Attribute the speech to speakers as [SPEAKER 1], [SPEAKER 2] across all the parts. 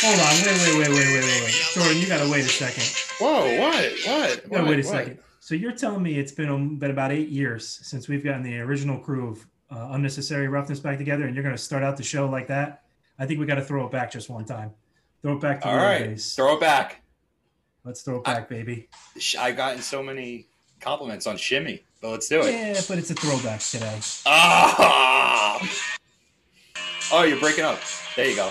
[SPEAKER 1] Hold on, wait, wait, wait, wait, wait, wait, wait. Jordan, you gotta wait a second.
[SPEAKER 2] Whoa, what? What?
[SPEAKER 1] You gotta
[SPEAKER 2] What?
[SPEAKER 1] wait a
[SPEAKER 2] What?
[SPEAKER 1] second. So you're telling me it's been, um, been about eight years since we've gotten the original crew of uh, Unnecessary Roughness back together, and you're gonna start out the show like that? I think we gotta throw it back just one time. Throw it back to
[SPEAKER 2] All
[SPEAKER 1] the
[SPEAKER 2] right,
[SPEAKER 1] days.
[SPEAKER 2] throw it back.
[SPEAKER 1] Let's throw it back, baby.
[SPEAKER 2] Sh- I've gotten so many compliments on shimmy, but let's do it.
[SPEAKER 1] Yeah, but it's a throwback today.
[SPEAKER 2] Ah! Oh, you're breaking up. There you go.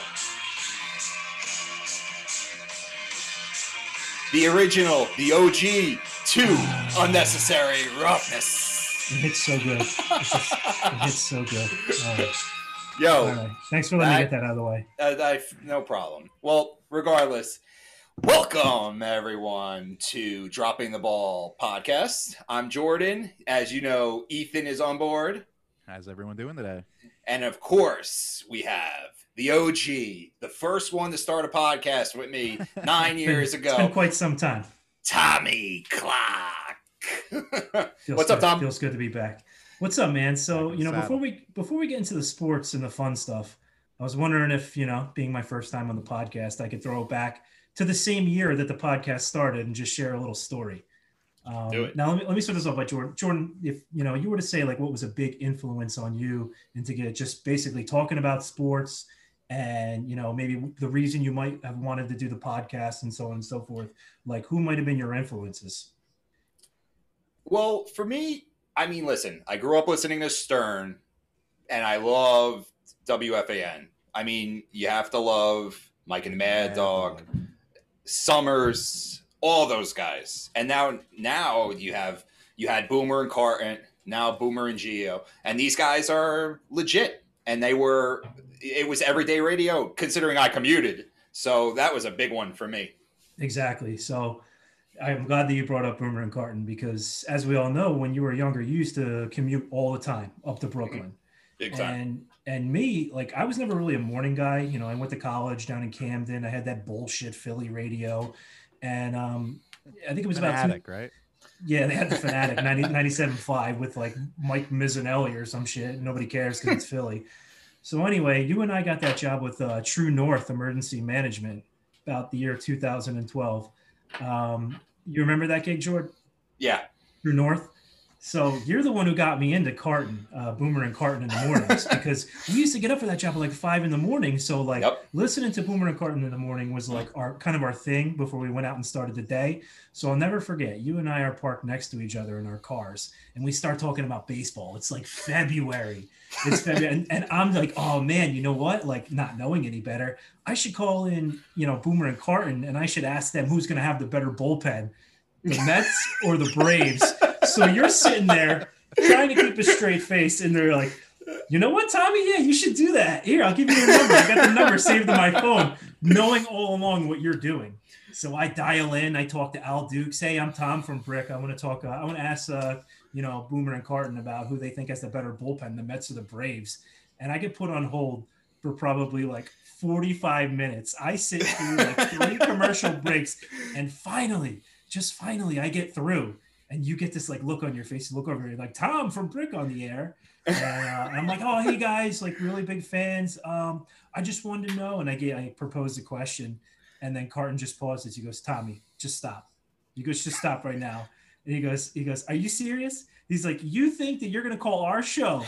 [SPEAKER 2] The original, the OG, two unnecessary roughness.
[SPEAKER 1] It hits so good. It hits so good. All right. All
[SPEAKER 2] Yo,
[SPEAKER 1] right. Thanks for letting me
[SPEAKER 2] Oh.
[SPEAKER 1] get
[SPEAKER 2] Back.
[SPEAKER 1] that out of the way.
[SPEAKER 2] Uh, I, no problem. Well, regardless, welcome everyone to Dropping the Ball podcast. I'm Jordan. As you know, Ethan is on board.
[SPEAKER 3] How's everyone doing today?
[SPEAKER 2] And of course, we have the OG, the first one to start a podcast with me nine years
[SPEAKER 1] It's been
[SPEAKER 2] ago,
[SPEAKER 1] quite some time.
[SPEAKER 2] Tommy Clock.
[SPEAKER 1] Feels
[SPEAKER 2] What's up,
[SPEAKER 1] good.
[SPEAKER 2] Tom?
[SPEAKER 1] Feels good to be back. What's up, man?
[SPEAKER 3] Back
[SPEAKER 1] So
[SPEAKER 3] in the
[SPEAKER 1] you know,
[SPEAKER 3] saddle.
[SPEAKER 1] before we before we get into the sports and the fun stuff, I was wondering if you know, being my first time on the podcast, I could throw it back to the same year that the podcast started and just share a little story. Um,
[SPEAKER 2] Do it.
[SPEAKER 1] Now let me let me start this off by Jordan. Jordan, if you know, you were to say like what was a big influence on you and to get just basically talking about sports and you know maybe the reason you might have wanted to do the podcast and so on and so forth like who might have been your influences
[SPEAKER 2] Well, for me, I mean, listen, I grew up listening to Stern, and I love WFAN. I mean, you have to love Mike and the Mad, Dog, Summers, all those guys. And now, now you have you had Boomer and Carton, now Boomer and Geo, and these guys are legit. And they were, it was everyday radio. Considering I commuted, so that was a big one for me.
[SPEAKER 1] Exactly. So I'm glad that you brought up Boomer and Carton because, as we all know, when you were younger, you used to commute all the time up to Brooklyn.
[SPEAKER 2] Mm-hmm. Big time.
[SPEAKER 1] And and me, like I was never really a morning guy. You know, I went to college down in Camden. I had that bullshit Philly radio, and um, I think it was
[SPEAKER 3] An
[SPEAKER 1] about two,
[SPEAKER 3] attic, right?
[SPEAKER 1] yeah, they had the Fanatic 90, 97.5 with like Mike Mizanelli or some shit. Nobody cares because it's Philly. So, anyway, you and I got that job with uh, True North Emergency Management about the year 2012. Um, you remember that gig, Jordan?
[SPEAKER 2] Yeah,
[SPEAKER 1] True North? So, you're the one who got me into Carton, uh, Boomer and Carton in the mornings because we used to get up for that job at like five in the morning. So, like,
[SPEAKER 2] Yep.
[SPEAKER 1] listening to Boomer and Carton in the morning was like our kind of our thing before we went out and started the day. So I'll never forget. You and I are parked next to each other in our cars, and we start talking about baseball. It's like February. It's February, and, and I'm like, oh man, you know what? Like not knowing any better, I should call in, you know, Boomer and Carton, and I should ask them who's going to have the better bullpen, the Mets or the Braves. So you're sitting there trying to keep a straight face, and they're like. You know what, Tommy? Yeah, you should do that. Here, I'll give you the number. I got the number saved on my phone, knowing all along what you're doing. So I dial in. I talk to Al Dukes. Hey, I'm Tom from Brick. I want to talk. Uh, I want to ask, uh, you know, Boomer and Carton about who they think has the better bullpen, the Mets or the Braves. And I get put on hold for probably like 45 minutes. I sit through like three commercial breaks, and finally, just finally, I get through. And you get this like look on your face. You look over, you're like Tom from Brick on the air. And uh, I'm like, oh, hey guys, like really big fans. Um, I just wanted to know, and I get, I proposed a question, and then Carton just pauses. He goes, Tommy, just stop. He goes, just stop right now. And he goes, he goes, are you serious? He's like, you think that you're gonna call our show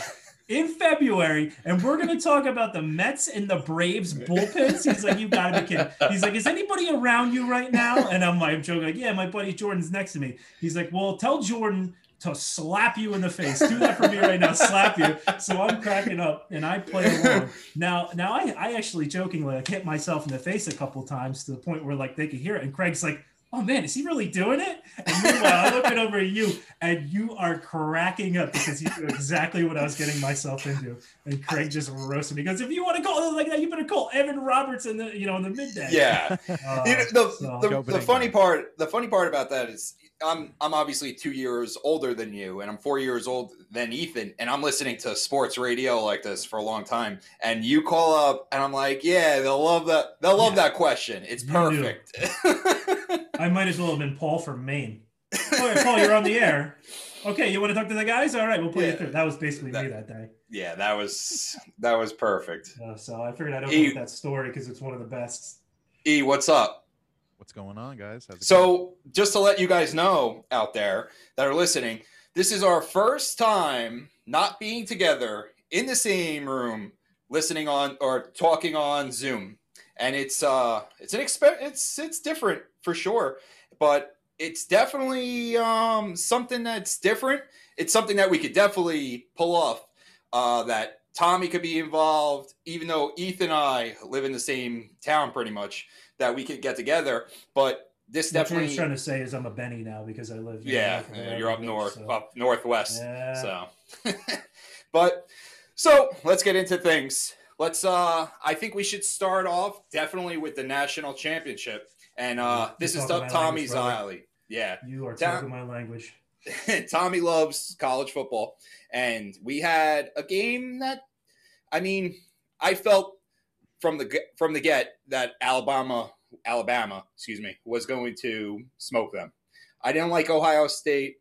[SPEAKER 1] in February and we're gonna talk about the Mets and the Braves bullpens? He's like, you gotta be kidding. He's like, is anybody around you right now? And I'm like, I'm joking, like, yeah, my buddy Jordan's next to me. He's like, well, tell Jordan to slap you in the face. Do that for me right now. Slap you. So I'm cracking up and I play along. Now, now I, I actually jokingly like hit myself in the face a couple times to the point where like they could hear it. And Craig's like, "Oh man, is he really doing it?" And meanwhile, I'm looking over at you, and you are cracking up because you knew exactly what I was getting myself into. And Craig just roasts me. He goes, "If you want to call it like that, you better call Evan Roberts in the you know in the midday."
[SPEAKER 2] yeah.
[SPEAKER 1] Uh,
[SPEAKER 2] You know, the,
[SPEAKER 1] so-
[SPEAKER 2] the,
[SPEAKER 3] Joe
[SPEAKER 2] the
[SPEAKER 3] Beningo.
[SPEAKER 2] funny part the funny part about that is I'm I'm obviously two years older than you and I'm four years old than Ethan and I'm listening to sports radio like this for a long time and you call up and I'm like yeah they'll love that they'll love
[SPEAKER 1] Yeah.
[SPEAKER 2] that question it's
[SPEAKER 1] You knew.
[SPEAKER 2] perfect
[SPEAKER 1] I might as well have been Paul from Maine. All right, Paul, you're on the air. Okay, you want to talk to the guys? All right, we'll play
[SPEAKER 2] Yeah.
[SPEAKER 1] you through. That was basically me that
[SPEAKER 2] That-
[SPEAKER 1] day.
[SPEAKER 2] yeah that was that was perfect
[SPEAKER 1] Uh, so I figured I'd open
[SPEAKER 2] Hey,
[SPEAKER 1] up that story because it's one of the best.
[SPEAKER 2] E, what's up?
[SPEAKER 3] What's going on, guys? How's it going?
[SPEAKER 2] So, just to let you guys know out there that are listening, this is our first time not being together in the same room, listening on or talking on Zoom, and it's uh, it's an exp- it's it's different for sure, but it's definitely um something that's different. It's something that we could definitely pull off. Uh, that Tommy could be involved, even though Ethan and I live in the same town pretty much. That we could get together, but this
[SPEAKER 1] What
[SPEAKER 2] definitely
[SPEAKER 1] Trina's trying to say is I'm a Benny now because I live.
[SPEAKER 2] yeah,
[SPEAKER 1] north of
[SPEAKER 2] yeah,
[SPEAKER 1] the
[SPEAKER 2] you're up
[SPEAKER 1] Everglades,
[SPEAKER 2] north,
[SPEAKER 1] so-
[SPEAKER 2] up northwest.
[SPEAKER 1] Yeah.
[SPEAKER 2] So, but so let's get into things. Let's. uh I think we should start off definitely with the national championship, and uh
[SPEAKER 1] You're
[SPEAKER 2] this is
[SPEAKER 1] talking
[SPEAKER 2] up
[SPEAKER 1] my language,
[SPEAKER 2] Tommy's
[SPEAKER 1] brother.
[SPEAKER 2] alley. Yeah,
[SPEAKER 1] You are
[SPEAKER 2] Down-
[SPEAKER 1] talking my language.
[SPEAKER 2] Tommy loves college football, and we had a game that, I mean, I felt from the ge- from the get that Alabama, Alabama, excuse me, was going to smoke them. I didn't like Ohio State.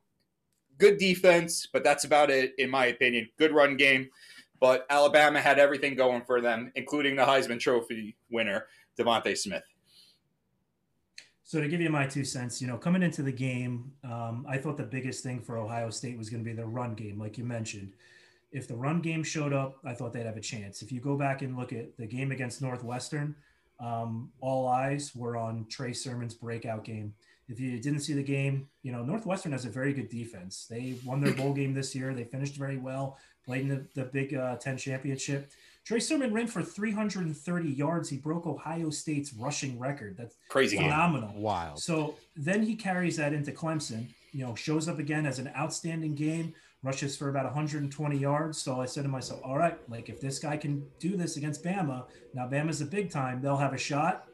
[SPEAKER 2] Good defense, but that's about it in my opinion. Good run game, but Alabama had everything going for them, including the Heisman Trophy winner Devontae Smith.
[SPEAKER 1] So to give you my two cents, you know, coming into the game, um, I thought the biggest thing for Ohio State was going to be their run game, like you mentioned. If the run game showed up, I thought they'd have a chance. If you go back and look at the game against Northwestern, um, all eyes were on Trey Sermon's breakout game. If you didn't see the game, you know, Northwestern has a very good defense. They won their bowl game this year. They finished very well, played in the, the Big uh, Ten championship. Trey Sermon ran for 330 yards. He broke Ohio State's rushing record. That's
[SPEAKER 2] Crazy game.
[SPEAKER 1] phenomenal.
[SPEAKER 3] wild.
[SPEAKER 1] So then he carries that into Clemson, you know, shows up again as an outstanding game, rushes for about 120 yards. So I said to myself, all right, like if this guy can do this against Bama, now Bama's a big time, they'll have a shot.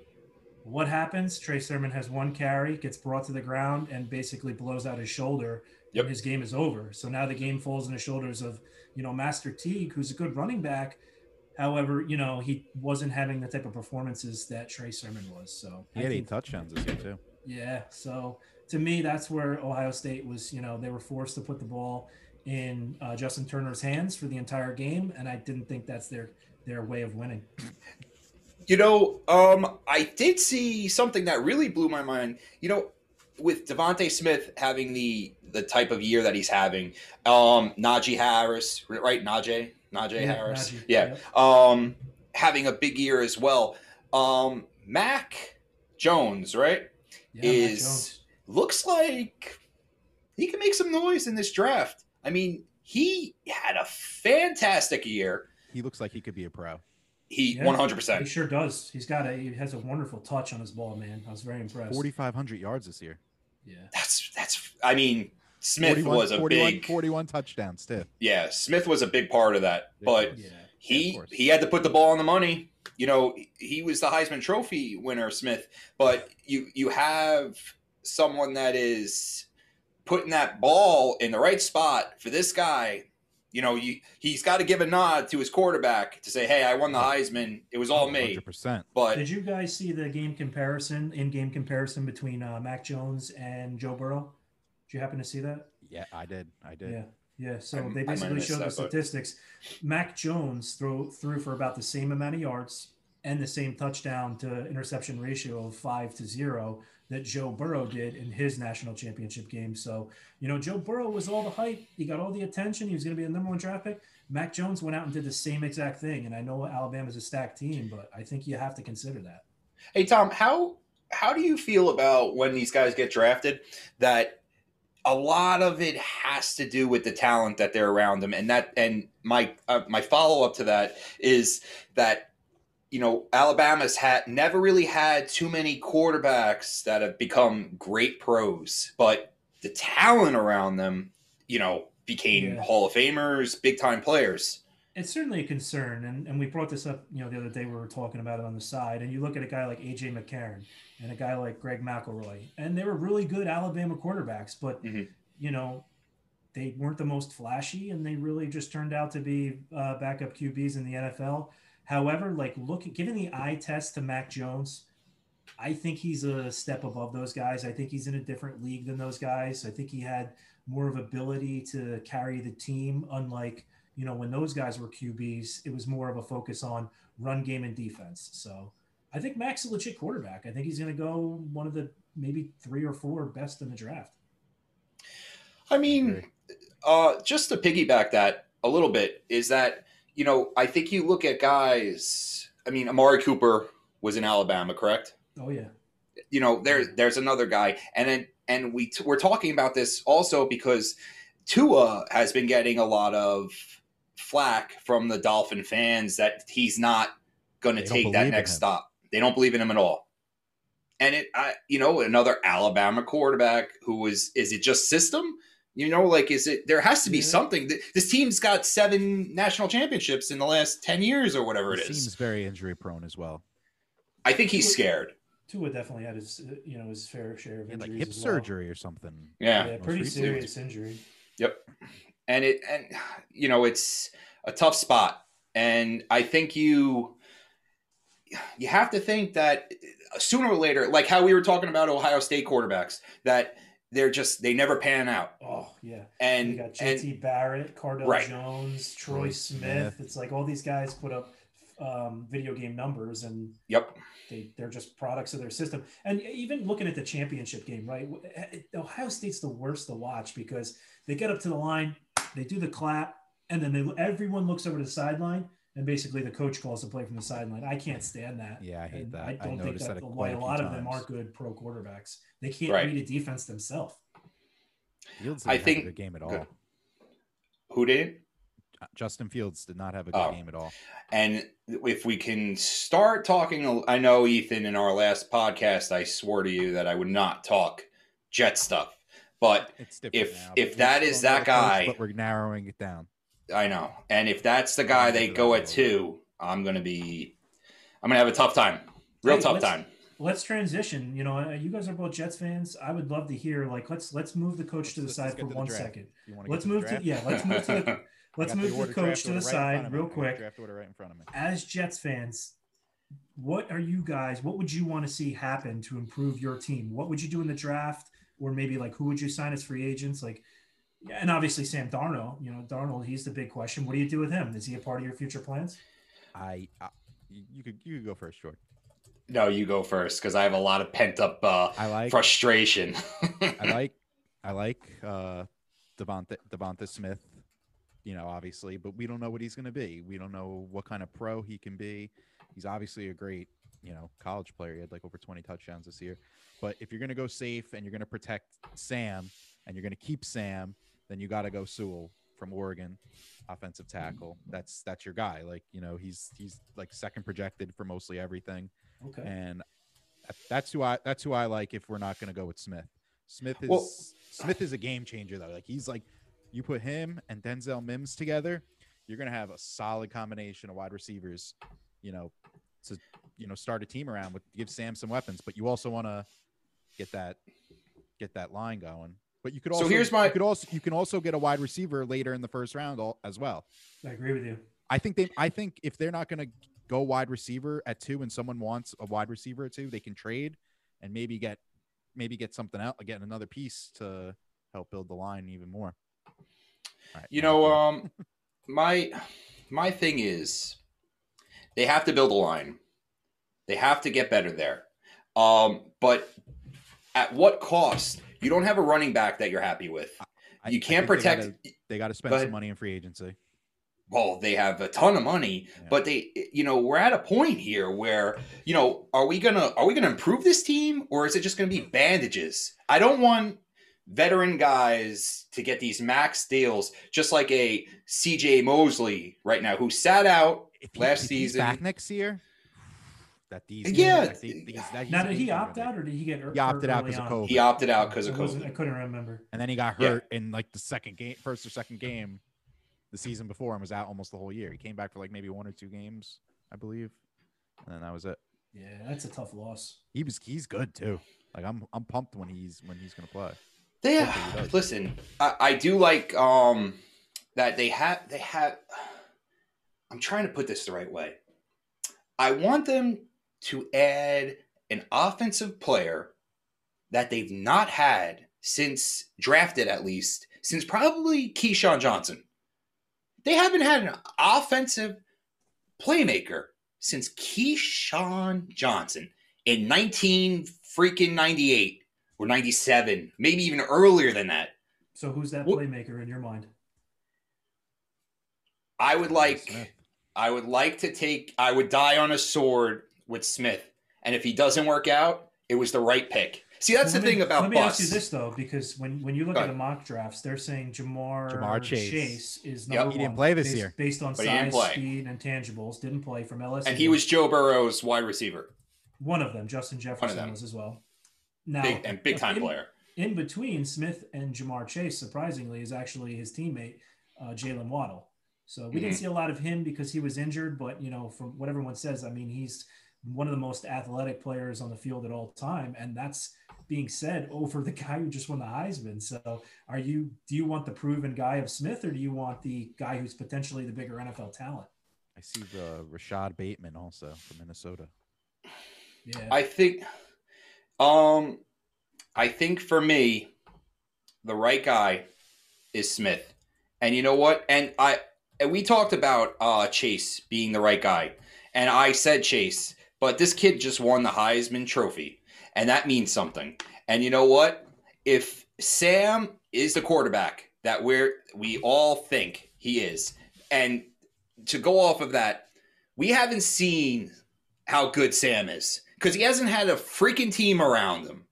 [SPEAKER 1] What happens? Trey Sermon has one carry, gets brought to the ground, and basically blows out his shoulder.
[SPEAKER 2] Yep.
[SPEAKER 1] His game is over. So now the game falls on the shoulders of, you know, Master Teague, who's a good running back. However, you know, he wasn't having the type of performances that Trey Sermon was. So
[SPEAKER 3] He
[SPEAKER 1] I
[SPEAKER 3] had eight
[SPEAKER 1] think-
[SPEAKER 3] touchdowns this year too.
[SPEAKER 1] yeah. So to me, that's where Ohio State was, you know, they were forced to put the ball in uh, Justin Turner's hands for the entire game. And I didn't think that's their their way of winning.
[SPEAKER 2] You know, um, I did see something that really blew my mind. You know, with Devonte Smith having the the type of year that he's having, um, Najee Harris, right? Najee, Najee
[SPEAKER 1] Yeah,
[SPEAKER 2] Harris,
[SPEAKER 1] Najee,
[SPEAKER 2] yeah, um, having a big year as well. Um, Mac Jones, right?
[SPEAKER 1] Yeah, Mac
[SPEAKER 2] Is-
[SPEAKER 1] Jones.
[SPEAKER 2] looks like he can make some noise in this draft. I mean, he had a fantastic year.
[SPEAKER 3] He looks like he could be a pro.
[SPEAKER 2] He
[SPEAKER 1] Yeah.
[SPEAKER 2] one hundred
[SPEAKER 1] He
[SPEAKER 2] percent.
[SPEAKER 1] sure does. He's got a he has a wonderful touch on his ball, man. I was very impressed.
[SPEAKER 3] Forty five hundred yards this year.
[SPEAKER 1] Yeah.
[SPEAKER 2] That's that's. I mean, Smith
[SPEAKER 3] 41
[SPEAKER 2] was a
[SPEAKER 3] 41
[SPEAKER 2] big.
[SPEAKER 3] 41 touchdowns too.
[SPEAKER 2] yeah, Smith was a big part of that, but
[SPEAKER 1] Yeah.
[SPEAKER 3] of
[SPEAKER 2] he
[SPEAKER 3] course.
[SPEAKER 2] he had to put the ball on the money. You know, he was the Heisman Trophy winner, Smith. But you you have someone that is putting that ball in the right spot for this guy. You know, you, he's got to give a nod to his quarterback to say, "Hey, I won the Heisman. It was all me."
[SPEAKER 3] 100%.
[SPEAKER 2] But
[SPEAKER 1] Did you guys see the game comparison, in game comparison between uh, Mac Jones and Joe Burrow? Did you happen to see that?
[SPEAKER 3] Yeah, I did. I did.
[SPEAKER 1] Yeah, yeah. So
[SPEAKER 2] I- I
[SPEAKER 1] they
[SPEAKER 2] might have
[SPEAKER 1] basically
[SPEAKER 2] missed
[SPEAKER 1] showed the
[SPEAKER 2] that, but-
[SPEAKER 1] statistics. Mac Jones threw threw for about the same amount of yards and the same touchdown to interception ratio of five to zero that Joe Burrow did in his national championship game. So you know Joe Burrow was all the hype. He got all the attention. He was going to be the number one draft pick. Mac Jones went out and did the same exact thing. And I know Alabama's a stacked team, but I think you have to consider that.
[SPEAKER 2] hey, Tom, how how do you feel about when these guys get drafted? That a lot of it has to do with the talent that they're around them, and that and my uh, my follow up to that is that you know Alabama's had never really had too many quarterbacks that have become great pros, but the talent around them, you know, became
[SPEAKER 1] Yeah.
[SPEAKER 2] Hall of Famers, big time players.
[SPEAKER 1] it's certainly a concern and, and we brought this up you know the other day we were talking about it on the side and you look at a guy like aj mccarron and a guy like greg mcelroy and they were really good alabama quarterbacks but
[SPEAKER 2] Mhm.
[SPEAKER 1] you know they weren't the most flashy and they really just turned out to be uh, backup qb's in the nfl however like look given the eye test to mac jones i think he's a step above those guys i think he's in a different league than those guys i think he had more of ability to carry the team unlike you know, when those guys were QBs, it was more of a focus on run game and defense. So I think Mac's a legit quarterback. I think he's going to go one of the maybe three or four best in the draft.
[SPEAKER 2] I mean,
[SPEAKER 3] Agree.
[SPEAKER 2] uh, just to piggyback that a little bit is that you know I think you look at guys. I mean, Amari Cooper was in Alabama, correct?
[SPEAKER 1] Oh yeah,
[SPEAKER 2] You know, there
[SPEAKER 3] Mm-hmm.
[SPEAKER 2] there's another guy, and then and we t- we're talking about this also because Tua has been getting a lot of flack from the Dolphin fans that he's not going to
[SPEAKER 3] They don't
[SPEAKER 2] take
[SPEAKER 3] believe
[SPEAKER 2] that
[SPEAKER 3] in
[SPEAKER 2] next
[SPEAKER 3] him.
[SPEAKER 2] stop. They don't believe in him at all. And it, I, you know, another Alabama quarterback who was, is it just system? You know, like, is it, there has to be
[SPEAKER 1] Yeah.
[SPEAKER 2] something. Th- This team's got seven national championships in the last 10 years or whatever it
[SPEAKER 3] He
[SPEAKER 2] is.
[SPEAKER 3] Seems very injury prone as well.
[SPEAKER 2] I think he's scared.
[SPEAKER 1] Tua definitely had his uh, you know his fair share of
[SPEAKER 3] He had,
[SPEAKER 1] injuries.
[SPEAKER 3] like hip
[SPEAKER 1] as well.
[SPEAKER 3] surgery or something.
[SPEAKER 2] Yeah.
[SPEAKER 1] Yeah,
[SPEAKER 3] most
[SPEAKER 1] pretty
[SPEAKER 3] recently.
[SPEAKER 1] serious injury.
[SPEAKER 2] and it and you know it's a tough spot and i think you you have to think that sooner or later like how we were talking about ohio state quarterbacks that they're just they never pan out
[SPEAKER 1] Oh yeah, you
[SPEAKER 2] and
[SPEAKER 1] got JT
[SPEAKER 2] and
[SPEAKER 1] Barrett, Cardell
[SPEAKER 2] Right.
[SPEAKER 1] Jones, Troy
[SPEAKER 3] Troy
[SPEAKER 1] Smith.
[SPEAKER 3] Smith.
[SPEAKER 1] It's like all these guys put up um, video game numbers, and
[SPEAKER 2] yep
[SPEAKER 1] they they're just products of their system. And even looking at the championship game, right? eh, Ohio State's the worst to watch because they get up to the line, they do the clap, and then they, everyone looks over to the sideline, and basically the coach calls the play from the sideline. I can't stand that.
[SPEAKER 3] Yeah, I hate
[SPEAKER 1] And
[SPEAKER 3] that.
[SPEAKER 1] I don't think
[SPEAKER 3] noticed
[SPEAKER 1] that,
[SPEAKER 3] that
[SPEAKER 1] why
[SPEAKER 3] quite
[SPEAKER 1] a
[SPEAKER 3] few
[SPEAKER 1] lot of them
[SPEAKER 3] times.
[SPEAKER 1] are good pro quarterbacks. They can't
[SPEAKER 2] Right.
[SPEAKER 1] read a defense themselves.
[SPEAKER 3] Fields
[SPEAKER 2] I
[SPEAKER 3] didn't have
[SPEAKER 2] think-
[SPEAKER 3] a good game at
[SPEAKER 2] Good.
[SPEAKER 3] all.
[SPEAKER 2] who didn't
[SPEAKER 3] Uh, Justin Fields did not have a good
[SPEAKER 2] Oh.
[SPEAKER 3] game at all.
[SPEAKER 2] and if we can start talking a- i know ethan in our last podcast i swore to you that i would not talk jet stuff but
[SPEAKER 3] It's different
[SPEAKER 2] If-
[SPEAKER 3] now,
[SPEAKER 2] if
[SPEAKER 3] but we
[SPEAKER 2] that
[SPEAKER 3] still
[SPEAKER 2] is
[SPEAKER 3] know
[SPEAKER 2] that
[SPEAKER 3] the coach,
[SPEAKER 2] guy-
[SPEAKER 3] but we're narrowing it down.
[SPEAKER 2] I know. And if that's the guy they go at two, I'm gonna be I'm gonna have a tough time. Real
[SPEAKER 1] Hey,
[SPEAKER 2] tough
[SPEAKER 1] let's-
[SPEAKER 2] time.
[SPEAKER 1] Let's transition. You know, uh, you guys are both Jets fans. I would love to hear like let's let's move the coach
[SPEAKER 3] Let's-
[SPEAKER 1] to the
[SPEAKER 3] let's-
[SPEAKER 1] side
[SPEAKER 3] let's get
[SPEAKER 1] for
[SPEAKER 3] to the
[SPEAKER 1] one
[SPEAKER 3] draft.
[SPEAKER 1] second.
[SPEAKER 3] You wanna get
[SPEAKER 1] Let's
[SPEAKER 3] the
[SPEAKER 1] move to
[SPEAKER 3] draft?
[SPEAKER 1] yeah. Let's move to the
[SPEAKER 3] I
[SPEAKER 1] let's
[SPEAKER 3] got
[SPEAKER 1] move the
[SPEAKER 3] order
[SPEAKER 1] coach
[SPEAKER 3] draft
[SPEAKER 1] to the
[SPEAKER 3] order right in front
[SPEAKER 1] side
[SPEAKER 3] of me.
[SPEAKER 1] real
[SPEAKER 3] I got
[SPEAKER 1] quick.
[SPEAKER 3] Draft order right in front of me.
[SPEAKER 1] As Jets fans, what are you guys? What would you want to see happen to improve your team? What would you do in the draft, or maybe like who would you sign as free agents? Like, yeah, and obviously Sam Darnold. You know, Darnold. He's the big question. What do you do with him? Is he a part of your future plans?
[SPEAKER 3] I, I you could you could go first, George.
[SPEAKER 2] No, you go first because I have a lot of pent up uh,
[SPEAKER 3] I like
[SPEAKER 2] frustration.
[SPEAKER 3] I like I like uh Devonta Devonta Smith, you know, obviously, but we don't know what he's gonna be. We don't know what kind of pro he can be. He's obviously a great, you know, college player. He had like over 20 touchdowns this year. But if you're gonna go safe and you're gonna protect Sam and you're gonna keep Sam, then you gotta go Sewell from Oregon, offensive tackle. That's that's your guy. Like, you know, he's he's like second projected for mostly everything
[SPEAKER 1] Okay.
[SPEAKER 3] and that- that's who I that's who I like. If we're not going to go with Smith, Smith is
[SPEAKER 2] Well-
[SPEAKER 3] Smith is a game changer though. Like he's like you put him and Denzel Mims together, you're going to have a solid combination of wide receivers. You know, to you know start a team around with give Sam some weapons, but you also want to get that get that line going. But you could
[SPEAKER 2] So
[SPEAKER 3] also
[SPEAKER 2] here's my-
[SPEAKER 3] you could also you can also get a wide receiver later in the first round al- as well.
[SPEAKER 1] I agree with you.
[SPEAKER 3] I think they. I think if they're not going to go wide receiver at two, and someone wants a wide receiver at two, they can trade and maybe get maybe get something out, get another piece to help build the line even more. All right,
[SPEAKER 2] you
[SPEAKER 3] now
[SPEAKER 2] know,
[SPEAKER 3] go.
[SPEAKER 2] um my my thing is they have to build a line. They have to get better there. Um, but at what cost? You don't have a running back that you're happy with.
[SPEAKER 3] I-
[SPEAKER 2] you
[SPEAKER 3] I
[SPEAKER 2] can't
[SPEAKER 3] think
[SPEAKER 2] protect
[SPEAKER 3] They got to, spend
[SPEAKER 2] Go
[SPEAKER 3] some
[SPEAKER 2] ahead.
[SPEAKER 3] money in free agency.
[SPEAKER 2] well, they have a ton of money,
[SPEAKER 3] Yeah.
[SPEAKER 2] but they, you know, we're at a point here where, you know, are we gonna are we gonna improve this team or is it just gonna be bandages? I don't want veteran guys to get these max deals, just like a CJ Mosley right now who sat out.
[SPEAKER 3] If
[SPEAKER 2] Last
[SPEAKER 3] if he's back
[SPEAKER 2] season-
[SPEAKER 3] next year, that these
[SPEAKER 2] Yeah.
[SPEAKER 3] that these- these- that he's
[SPEAKER 1] Now,
[SPEAKER 3] a
[SPEAKER 1] did he
[SPEAKER 3] game
[SPEAKER 1] opt
[SPEAKER 3] changer.
[SPEAKER 1] out, or did he get? hurt
[SPEAKER 3] He opted out
[SPEAKER 1] early
[SPEAKER 3] because of
[SPEAKER 1] on?
[SPEAKER 3] COVID,
[SPEAKER 2] He opted out because of
[SPEAKER 1] I wasn't- I
[SPEAKER 2] COVID.
[SPEAKER 1] couldn't remember.
[SPEAKER 3] and then he got
[SPEAKER 2] Yeah.
[SPEAKER 3] hurt in like the second game, first or second game, the season before, and was out almost the whole year. He came back for like maybe one or two games, I believe, and then that was it.
[SPEAKER 1] Yeah, that's a tough loss.
[SPEAKER 3] He was he's good too. Like I'm I'm pumped when he's when he's gonna play.
[SPEAKER 2] Yeah,
[SPEAKER 3] Hopefully he does.
[SPEAKER 2] listen, I, I do like um that they have they have. I'm trying to put this the right way. I want them to add an offensive player that they've not had since drafted, at least since probably Keyshawn Johnson. They haven't had an offensive playmaker since Keyshawn Johnson in 19 freaking 98 or 97, maybe even earlier than that.
[SPEAKER 1] So who's that
[SPEAKER 2] Well-
[SPEAKER 1] playmaker in your mind?
[SPEAKER 2] I would
[SPEAKER 3] Smith.
[SPEAKER 2] like I would like to take I would die on a sword with Smith. And if he doesn't work out, it was the right pick. See,
[SPEAKER 1] Well,
[SPEAKER 2] that's the
[SPEAKER 1] let me-
[SPEAKER 2] thing about
[SPEAKER 1] Let me ask you
[SPEAKER 2] busts.
[SPEAKER 1] this though, because when when you look
[SPEAKER 2] Go
[SPEAKER 1] at
[SPEAKER 2] ahead.
[SPEAKER 1] the mock drafts, they're saying Jamar,
[SPEAKER 3] Jamar Chase.
[SPEAKER 1] is
[SPEAKER 2] Yep.
[SPEAKER 1] number
[SPEAKER 3] He didn't
[SPEAKER 1] one
[SPEAKER 3] play this
[SPEAKER 1] based,
[SPEAKER 3] year.
[SPEAKER 1] based on
[SPEAKER 2] But he didn't
[SPEAKER 1] size,
[SPEAKER 2] play.
[SPEAKER 1] speed, and tangibles. Didn't play from LSU.
[SPEAKER 2] And he was Joe Burrow's wide receiver.
[SPEAKER 1] one of them. Justin Jefferson
[SPEAKER 2] them.
[SPEAKER 1] was as well. Now,
[SPEAKER 2] Big and big time
[SPEAKER 1] in,
[SPEAKER 2] player.
[SPEAKER 1] In between Smith and Jamar Chase, surprisingly, is actually his teammate uh, Jalen Waddle. So we didn't see a lot of him because he was injured. But you know, from what everyone says, I mean, he's one of the most athletic players on the field at all time, and that's being said over the guy who just won the Heisman. So are you? Do you want the proven guy of Smith, or do you want the guy who's potentially the bigger NFL talent?
[SPEAKER 3] I see the Rashad Bateman also from Minnesota.
[SPEAKER 1] Yeah,
[SPEAKER 2] I think um I think for me the right guy is Smith. And you know what? And I and we talked about uh Chase being the right guy. And I said Chase, but this kid just won the Heisman trophy and that means something. And you know what? If Sam is the quarterback that we're we all think he is. And to go off of that, we haven't seen how good Sam is because he hasn't had a freaking team around him.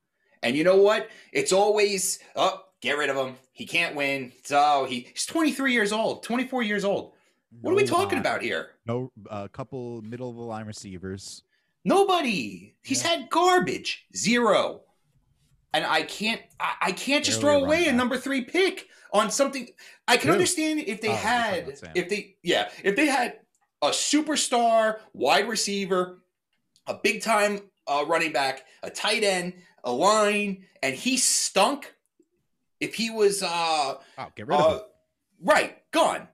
[SPEAKER 2] And you know what? It's always oh, get rid of him. He can't win. So he, he's 23 years old, 24 years old. What are we
[SPEAKER 3] No
[SPEAKER 2] talking
[SPEAKER 3] line-
[SPEAKER 2] about here?
[SPEAKER 3] No, a couple middle of the line receivers.
[SPEAKER 2] Nobody. He's
[SPEAKER 1] Yeah.
[SPEAKER 2] had garbage. Zero. And I can't I, I can't just
[SPEAKER 3] Barely a
[SPEAKER 2] throw away
[SPEAKER 3] running
[SPEAKER 2] a
[SPEAKER 3] back.
[SPEAKER 2] number three pick on something I can
[SPEAKER 3] Who?
[SPEAKER 2] understand if they
[SPEAKER 3] Oh, you're talking
[SPEAKER 2] had
[SPEAKER 3] about Sam.
[SPEAKER 2] if they yeah, if they had a superstar wide receiver, a big time uh, running back, a tight end, a line, and he stunk. If he was uh
[SPEAKER 3] Oh, get rid of
[SPEAKER 2] uh,
[SPEAKER 3] him.
[SPEAKER 2] Right, gone.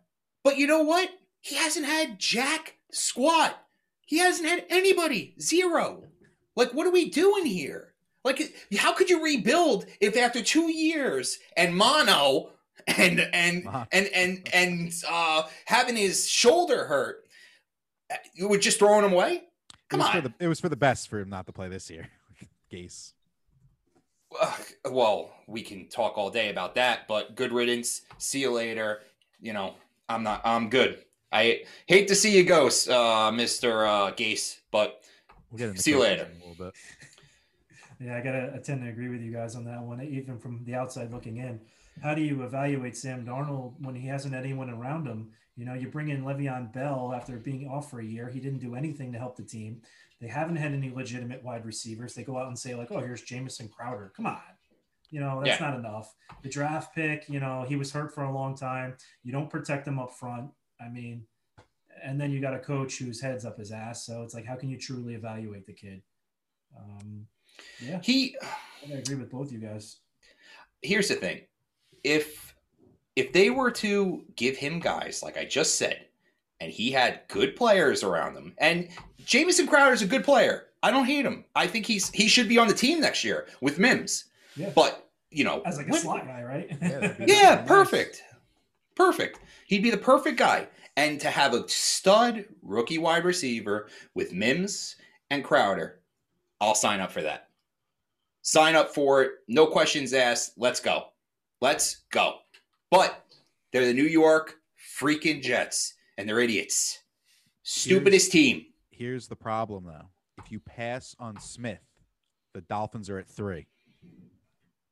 [SPEAKER 2] But you know what? He hasn't had jack squat. He hasn't had anybody. Zero. Like, what are we doing here? Like, how could you rebuild if after two years and mono and and
[SPEAKER 3] Mono.
[SPEAKER 2] and and and uh, having his shoulder hurt, uh, you were just throwing him away? Come
[SPEAKER 3] it was
[SPEAKER 2] on.
[SPEAKER 3] For the, it was for the best for him not to play this year. Gase.
[SPEAKER 2] Ugh, well, we can talk all day about that, but good riddance. See you later. You know, I'm not. I'm good. I hate to see you go, s- uh, Mister uh, Gase, but
[SPEAKER 3] We'll get into
[SPEAKER 2] See you
[SPEAKER 3] coaches
[SPEAKER 2] later.
[SPEAKER 3] in A little bit.
[SPEAKER 1] Yeah, I gotta I tend to agree with you guys on that one, even from the outside looking in. How do you evaluate Sam Darnold when he hasn't had anyone around him? You know, you bring in Le'Veon Bell after being off for a year. He didn't do anything to help the team. They haven't had any legitimate wide receivers. They go out and say, like, oh, here's Jamison Crowder. Come on. You know, that's not enough. The draft pick, you know, he was hurt for a long time. You don't protect him up front. I mean, and then you got a coach whose head's up his ass. So it's like, how can you truly evaluate the kid? Um, yeah.
[SPEAKER 2] he.
[SPEAKER 1] I gotta agree with both you guys.
[SPEAKER 2] Here's the thing: if if they were to give him guys like I just said, and he had good players around him, and Jamison Crowder's a good player. I don't hate him. I think he's he should be on the team next year with Mims.
[SPEAKER 1] Yeah.
[SPEAKER 2] But you know,
[SPEAKER 1] As like a
[SPEAKER 2] when-
[SPEAKER 1] slot guy, right?
[SPEAKER 3] that'd be
[SPEAKER 2] Yeah,
[SPEAKER 3] Nice.
[SPEAKER 2] perfect. Perfect. He'd be the perfect guy. And to have a stud rookie wide receiver with Mims and Crowder, I'll sign up for that. Sign up for it. No questions asked. Let's go. Let's go. But they're the New York freaking Jets, and they're idiots. Stupidest team.
[SPEAKER 3] Here's the problem though. If you pass on Smith, the Dolphins are at three.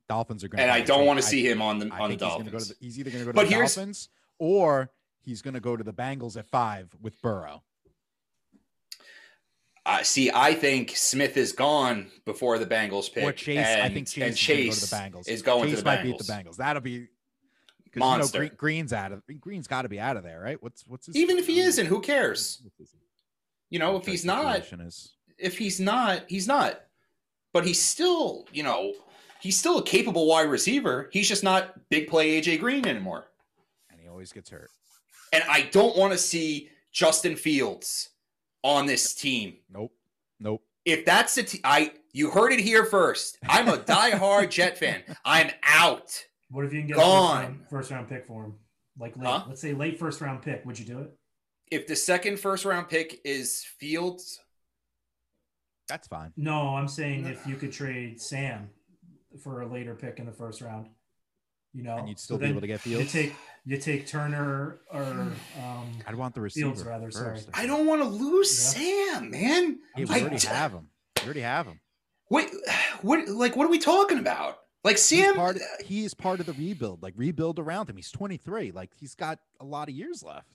[SPEAKER 3] Dolphins are going.
[SPEAKER 2] And I don't want to see him on the
[SPEAKER 3] I
[SPEAKER 2] on the
[SPEAKER 3] think he's, gonna go to
[SPEAKER 2] Dolphins.
[SPEAKER 3] the, he's either going to go to
[SPEAKER 2] But
[SPEAKER 3] the
[SPEAKER 2] here's-
[SPEAKER 3] Dolphins or he's going to go to the Bengals at five with Burrow.
[SPEAKER 2] Uh, see, I think Smith is gone before the Bengals pick.
[SPEAKER 3] Or Chase. I
[SPEAKER 2] and-
[SPEAKER 3] think Chase,
[SPEAKER 2] and
[SPEAKER 3] is gonna
[SPEAKER 2] Chase
[SPEAKER 3] go to the Bengals.
[SPEAKER 2] is going to
[SPEAKER 3] Chase
[SPEAKER 2] the
[SPEAKER 3] might
[SPEAKER 2] Bengals.
[SPEAKER 3] beat the Bengals. That'll be 'cause
[SPEAKER 2] Monster.
[SPEAKER 3] You know, Gre- Green's out of Green's got to be out of there, right? What's what's his
[SPEAKER 2] Even if he isn't, who cares? You know, if
[SPEAKER 3] Contract
[SPEAKER 2] he's not,
[SPEAKER 3] situation Um, is
[SPEAKER 2] if he's not, he's not. But he's still, you know, he's still a capable wide receiver. He's just not big play AJ Green anymore.
[SPEAKER 3] and he always gets hurt.
[SPEAKER 2] And I don't want to see Justin Fields on this team.
[SPEAKER 3] Nope, nope.
[SPEAKER 2] If that's the t- I you heard it here first. I'm a diehard Jet fan. I'm out.
[SPEAKER 1] What if you can get
[SPEAKER 2] Gone.
[SPEAKER 1] a first round, first round pick for him? Like late,
[SPEAKER 2] Huh?
[SPEAKER 1] let's say late first round pick. Would you do it?
[SPEAKER 2] if the second first round pick is Fields,
[SPEAKER 3] That's fine.
[SPEAKER 1] No, I'm saying if you could trade Sam for a later pick in the first round, you know,
[SPEAKER 3] And you'd still
[SPEAKER 1] so
[SPEAKER 3] be
[SPEAKER 1] then
[SPEAKER 3] able to get
[SPEAKER 1] you
[SPEAKER 3] Fields.
[SPEAKER 1] take you take Turner or
[SPEAKER 2] Hmm.
[SPEAKER 1] um,
[SPEAKER 3] I'd want the receiver
[SPEAKER 1] Fields rather, sorry.
[SPEAKER 3] first.
[SPEAKER 2] I don't want to lose Sam, man.
[SPEAKER 3] Yeah, we
[SPEAKER 2] I-
[SPEAKER 3] already have him. We already have him.
[SPEAKER 2] Wait, what? Like, what are we talking about? Like
[SPEAKER 3] He's
[SPEAKER 2] Sam,
[SPEAKER 3] part of, he is part of the rebuild. Like rebuild around him. He's 23. Like he's got a lot of years left.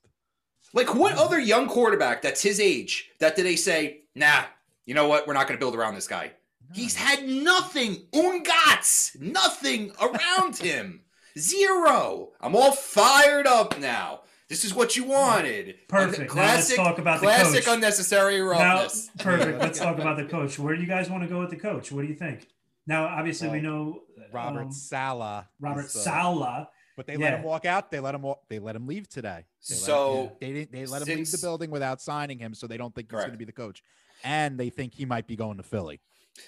[SPEAKER 2] like what other young quarterback that's his age that did they say, nah, you know what? We're not going to build around this guy. He's
[SPEAKER 3] No.
[SPEAKER 2] had nothing, ungots, nothing around him. Zero. I'm all fired up now. This is what you wanted.
[SPEAKER 1] Perfect.
[SPEAKER 2] And
[SPEAKER 1] Now let's talk about the
[SPEAKER 2] classic
[SPEAKER 1] coach.
[SPEAKER 2] unnecessary
[SPEAKER 1] now,
[SPEAKER 2] roughness.
[SPEAKER 1] perfect. Let's talk about the coach. Where do you guys want to go with the coach? What do you think? Now, obviously, we
[SPEAKER 3] Well,
[SPEAKER 1] know
[SPEAKER 3] Robert
[SPEAKER 1] um,
[SPEAKER 3] Sala.
[SPEAKER 1] Robert
[SPEAKER 3] Uh, is uh, the-
[SPEAKER 1] Sala.
[SPEAKER 3] But they let
[SPEAKER 1] Yeah.
[SPEAKER 3] him walk out. They let him walk. They let him leave today. They let him-
[SPEAKER 2] So
[SPEAKER 3] they didn't. They let him leave the
[SPEAKER 2] since-
[SPEAKER 3] building without signing him, so they don't think he's going to
[SPEAKER 2] Correct.
[SPEAKER 3] be the coach, and they think he might be going to Philly.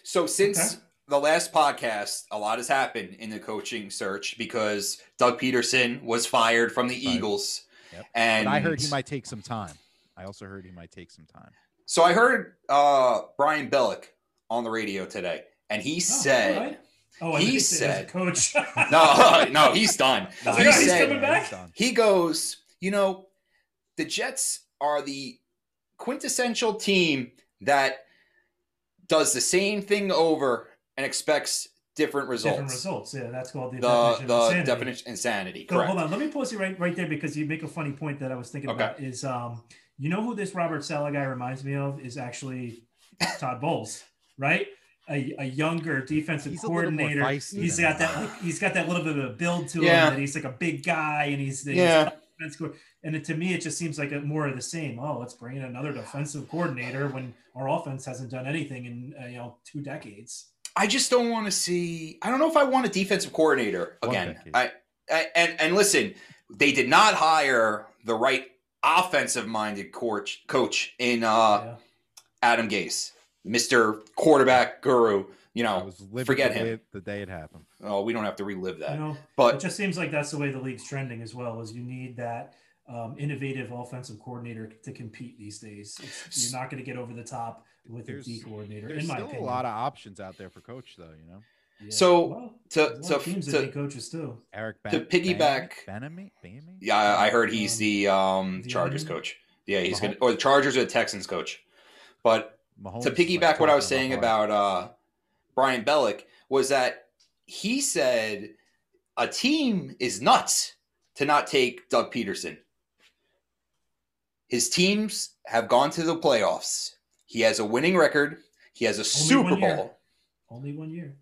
[SPEAKER 2] So since
[SPEAKER 1] Okay.
[SPEAKER 2] the last podcast, a lot has happened in the coaching search because Doug Peterson was fired from the
[SPEAKER 3] Right.
[SPEAKER 2] Eagles,
[SPEAKER 3] Yep.
[SPEAKER 2] and
[SPEAKER 3] But I heard he might take some time. I also heard he might take some time.
[SPEAKER 2] So I heard uh, Brian Bellick on the radio today, and he
[SPEAKER 1] Oh,
[SPEAKER 2] said,
[SPEAKER 1] all right. "Oh, I
[SPEAKER 2] he
[SPEAKER 1] thought you said it was a coach."
[SPEAKER 2] "No, no, he's done."
[SPEAKER 1] I was
[SPEAKER 2] he
[SPEAKER 1] like, "Oh, he's
[SPEAKER 2] said,
[SPEAKER 1] coming back?"
[SPEAKER 3] done.
[SPEAKER 2] he goes, you know, the Jets are the quintessential team that does the same thing over and expects different results.
[SPEAKER 1] Different results. Yeah, that's called the,
[SPEAKER 2] The
[SPEAKER 1] definition.
[SPEAKER 2] the
[SPEAKER 1] of insanity.
[SPEAKER 2] definition insanity.
[SPEAKER 1] So,
[SPEAKER 2] Correct.
[SPEAKER 1] hold on, let me pause you right right there because you make a funny point that I was thinking
[SPEAKER 2] Okay.
[SPEAKER 1] about. Is um, you know who this Robert Sala guy reminds me of is actually Todd Bowles, right? A, a younger defensive
[SPEAKER 3] He's a little more
[SPEAKER 1] coordinator.
[SPEAKER 3] feisty
[SPEAKER 1] He's
[SPEAKER 3] than
[SPEAKER 1] got
[SPEAKER 3] that.
[SPEAKER 1] that. Like, he's got that little bit of a build to
[SPEAKER 2] Yeah.
[SPEAKER 1] him. That he's like a big guy, and he's the
[SPEAKER 2] Yeah.
[SPEAKER 1] defense coor- And it, to me, it just seems like a, more of the same. Oh, let's bring in another defensive coordinator when our offense hasn't done anything in uh, you know two decades.
[SPEAKER 2] I just don't want to see. I don't know if I want a defensive coordinator
[SPEAKER 3] One
[SPEAKER 2] again.
[SPEAKER 3] decade.
[SPEAKER 2] I, I and and listen, they did not hire the right offensive minded coach coach in uh,
[SPEAKER 1] Yeah.
[SPEAKER 2] Adam Gase, Mister Quarterback Guru. You
[SPEAKER 3] I
[SPEAKER 2] know,
[SPEAKER 3] was living
[SPEAKER 2] Oh, forget
[SPEAKER 3] the
[SPEAKER 2] him.
[SPEAKER 3] Day, the day it happened.
[SPEAKER 2] oh, we don't have to relive that.
[SPEAKER 1] You know, it
[SPEAKER 2] but
[SPEAKER 1] just seems like that's the way the league's trending as well. Is you need that um, innovative offensive coordinator to compete these days. It's, you're not going to get over the top with
[SPEAKER 3] There's-
[SPEAKER 1] a D coordinator.
[SPEAKER 3] There's
[SPEAKER 1] In my
[SPEAKER 3] still
[SPEAKER 1] opinion,
[SPEAKER 3] a lot of options out there for coach, though. You know,
[SPEAKER 1] Yeah.
[SPEAKER 2] So,
[SPEAKER 1] Well,
[SPEAKER 2] to
[SPEAKER 1] there's a lot
[SPEAKER 2] to
[SPEAKER 1] of teams
[SPEAKER 2] to-
[SPEAKER 1] that need coaches too.
[SPEAKER 3] Eric.
[SPEAKER 2] To piggyback-
[SPEAKER 3] Benamy, Benamy.
[SPEAKER 2] yeah, I I heard he's
[SPEAKER 1] Um,
[SPEAKER 2] the um,
[SPEAKER 1] the
[SPEAKER 2] Chargers
[SPEAKER 1] enemy?
[SPEAKER 2] coach. Yeah, he's
[SPEAKER 3] Mahomes?
[SPEAKER 2] gonna or the Chargers or the Texans coach. But
[SPEAKER 3] Mahomes
[SPEAKER 2] to
[SPEAKER 3] is, like,
[SPEAKER 2] piggyback what I was
[SPEAKER 3] talking
[SPEAKER 2] saying
[SPEAKER 3] Hart.
[SPEAKER 2] about uh, Brian Bellick was that he said a team is nuts to not take Doug Peterson. His teams have gone to the playoffs. He has a winning record. He has a Super
[SPEAKER 1] one year.
[SPEAKER 2] Bowl.
[SPEAKER 1] Only one year,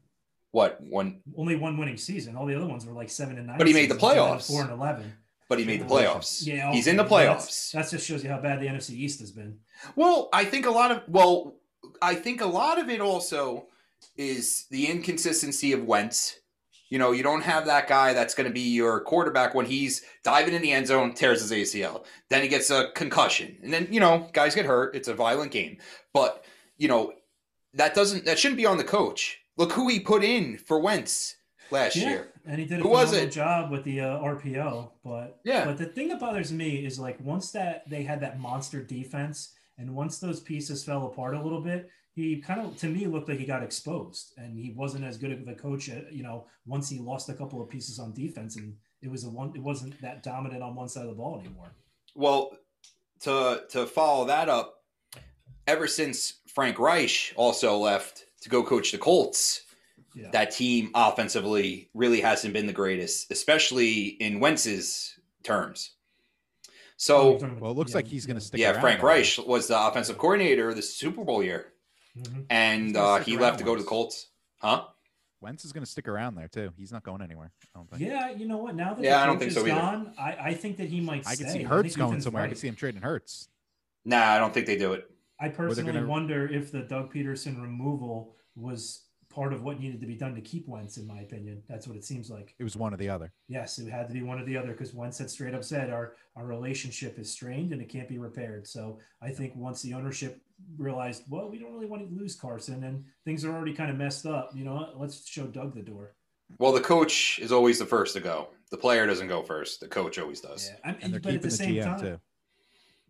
[SPEAKER 2] What one?
[SPEAKER 1] only one winning season. All the other ones were like seven and nine.
[SPEAKER 2] But he made the
[SPEAKER 1] seasons, seven and
[SPEAKER 2] playoffs.
[SPEAKER 1] Four and eleven.
[SPEAKER 2] But he made the
[SPEAKER 3] Congratulations.
[SPEAKER 2] playoffs.
[SPEAKER 1] Yeah,
[SPEAKER 2] he's in the
[SPEAKER 1] okay, well, that's-
[SPEAKER 2] playoffs.
[SPEAKER 1] That just shows you how bad the NFC East has been.
[SPEAKER 2] Well, I think a lot of well, I think a lot of it also is the inconsistency of Wentz. You know, you don't have that guy that's going to be your quarterback when he's diving in the end zone, tears his ACL. Then he gets a concussion. And then, you know, guys get hurt. It's a violent game. But, you know, that doesn't that shouldn't be on the coach. Look who he put in for Wentz last year.
[SPEAKER 1] And he did a
[SPEAKER 2] Who was
[SPEAKER 1] phenomenal
[SPEAKER 2] it?
[SPEAKER 1] job with the uh, RPO, but
[SPEAKER 2] Yeah.
[SPEAKER 1] But the thing that bothers me is like once that they had that monster defense, and once those pieces fell apart a little bit, he kind of to me looked like he got exposed, and he wasn't as good of a coach. uh, You know, once he lost a couple of pieces on defense, and it was a one, it wasn't that dominant on one side of the ball anymore.
[SPEAKER 2] Well, to to follow that up, ever since Frank Reich also left to go coach the Colts,
[SPEAKER 1] Yeah.
[SPEAKER 2] that team offensively really hasn't been the greatest, especially in Wentz's terms. So
[SPEAKER 3] Well, it looks like he's going to stick.
[SPEAKER 2] yeah,
[SPEAKER 3] around
[SPEAKER 2] Frank
[SPEAKER 3] longer.
[SPEAKER 2] Reich was the offensive coordinator the Super Bowl year,
[SPEAKER 1] hmm
[SPEAKER 2] and
[SPEAKER 3] He's gonna
[SPEAKER 2] uh,
[SPEAKER 3] stick
[SPEAKER 2] he
[SPEAKER 3] around
[SPEAKER 2] left to go to
[SPEAKER 3] once.
[SPEAKER 2] the Colts, huh?
[SPEAKER 3] Wentz is going to stick around there too. He's not going anywhere. I don't think.
[SPEAKER 1] Yeah, you know what? Now that
[SPEAKER 2] Yeah,
[SPEAKER 1] the
[SPEAKER 2] I don't
[SPEAKER 1] coach
[SPEAKER 2] think
[SPEAKER 1] is
[SPEAKER 2] so either.
[SPEAKER 1] gone, I, I think that he might.
[SPEAKER 3] I can
[SPEAKER 1] stay.
[SPEAKER 3] see
[SPEAKER 1] think
[SPEAKER 3] Hurts going
[SPEAKER 1] Ethan's
[SPEAKER 3] somewhere. I
[SPEAKER 1] right.
[SPEAKER 3] can see him trading Hurts.
[SPEAKER 2] Nah, I don't think they do it.
[SPEAKER 1] I personally
[SPEAKER 3] gonna-
[SPEAKER 1] wonder if the Doug Peterson removal was part of what needed to be done to keep Wentz, in my opinion. That's what it seems like.
[SPEAKER 3] It was one or the other.
[SPEAKER 1] Yes, it had to be one or the other because Wentz had straight up said our, our relationship is strained and it can't be repaired. So I think once the ownership realized, well, we don't really want to lose Carson and things are already kind of messed up, you know, what? let's show Doug the door.
[SPEAKER 2] Well, the coach is always the first to go. The player doesn't go first. The coach always does.
[SPEAKER 1] Yeah, I'm,
[SPEAKER 3] And they're
[SPEAKER 1] but at the
[SPEAKER 3] keeping the
[SPEAKER 1] same
[SPEAKER 3] GM
[SPEAKER 1] time,
[SPEAKER 3] too.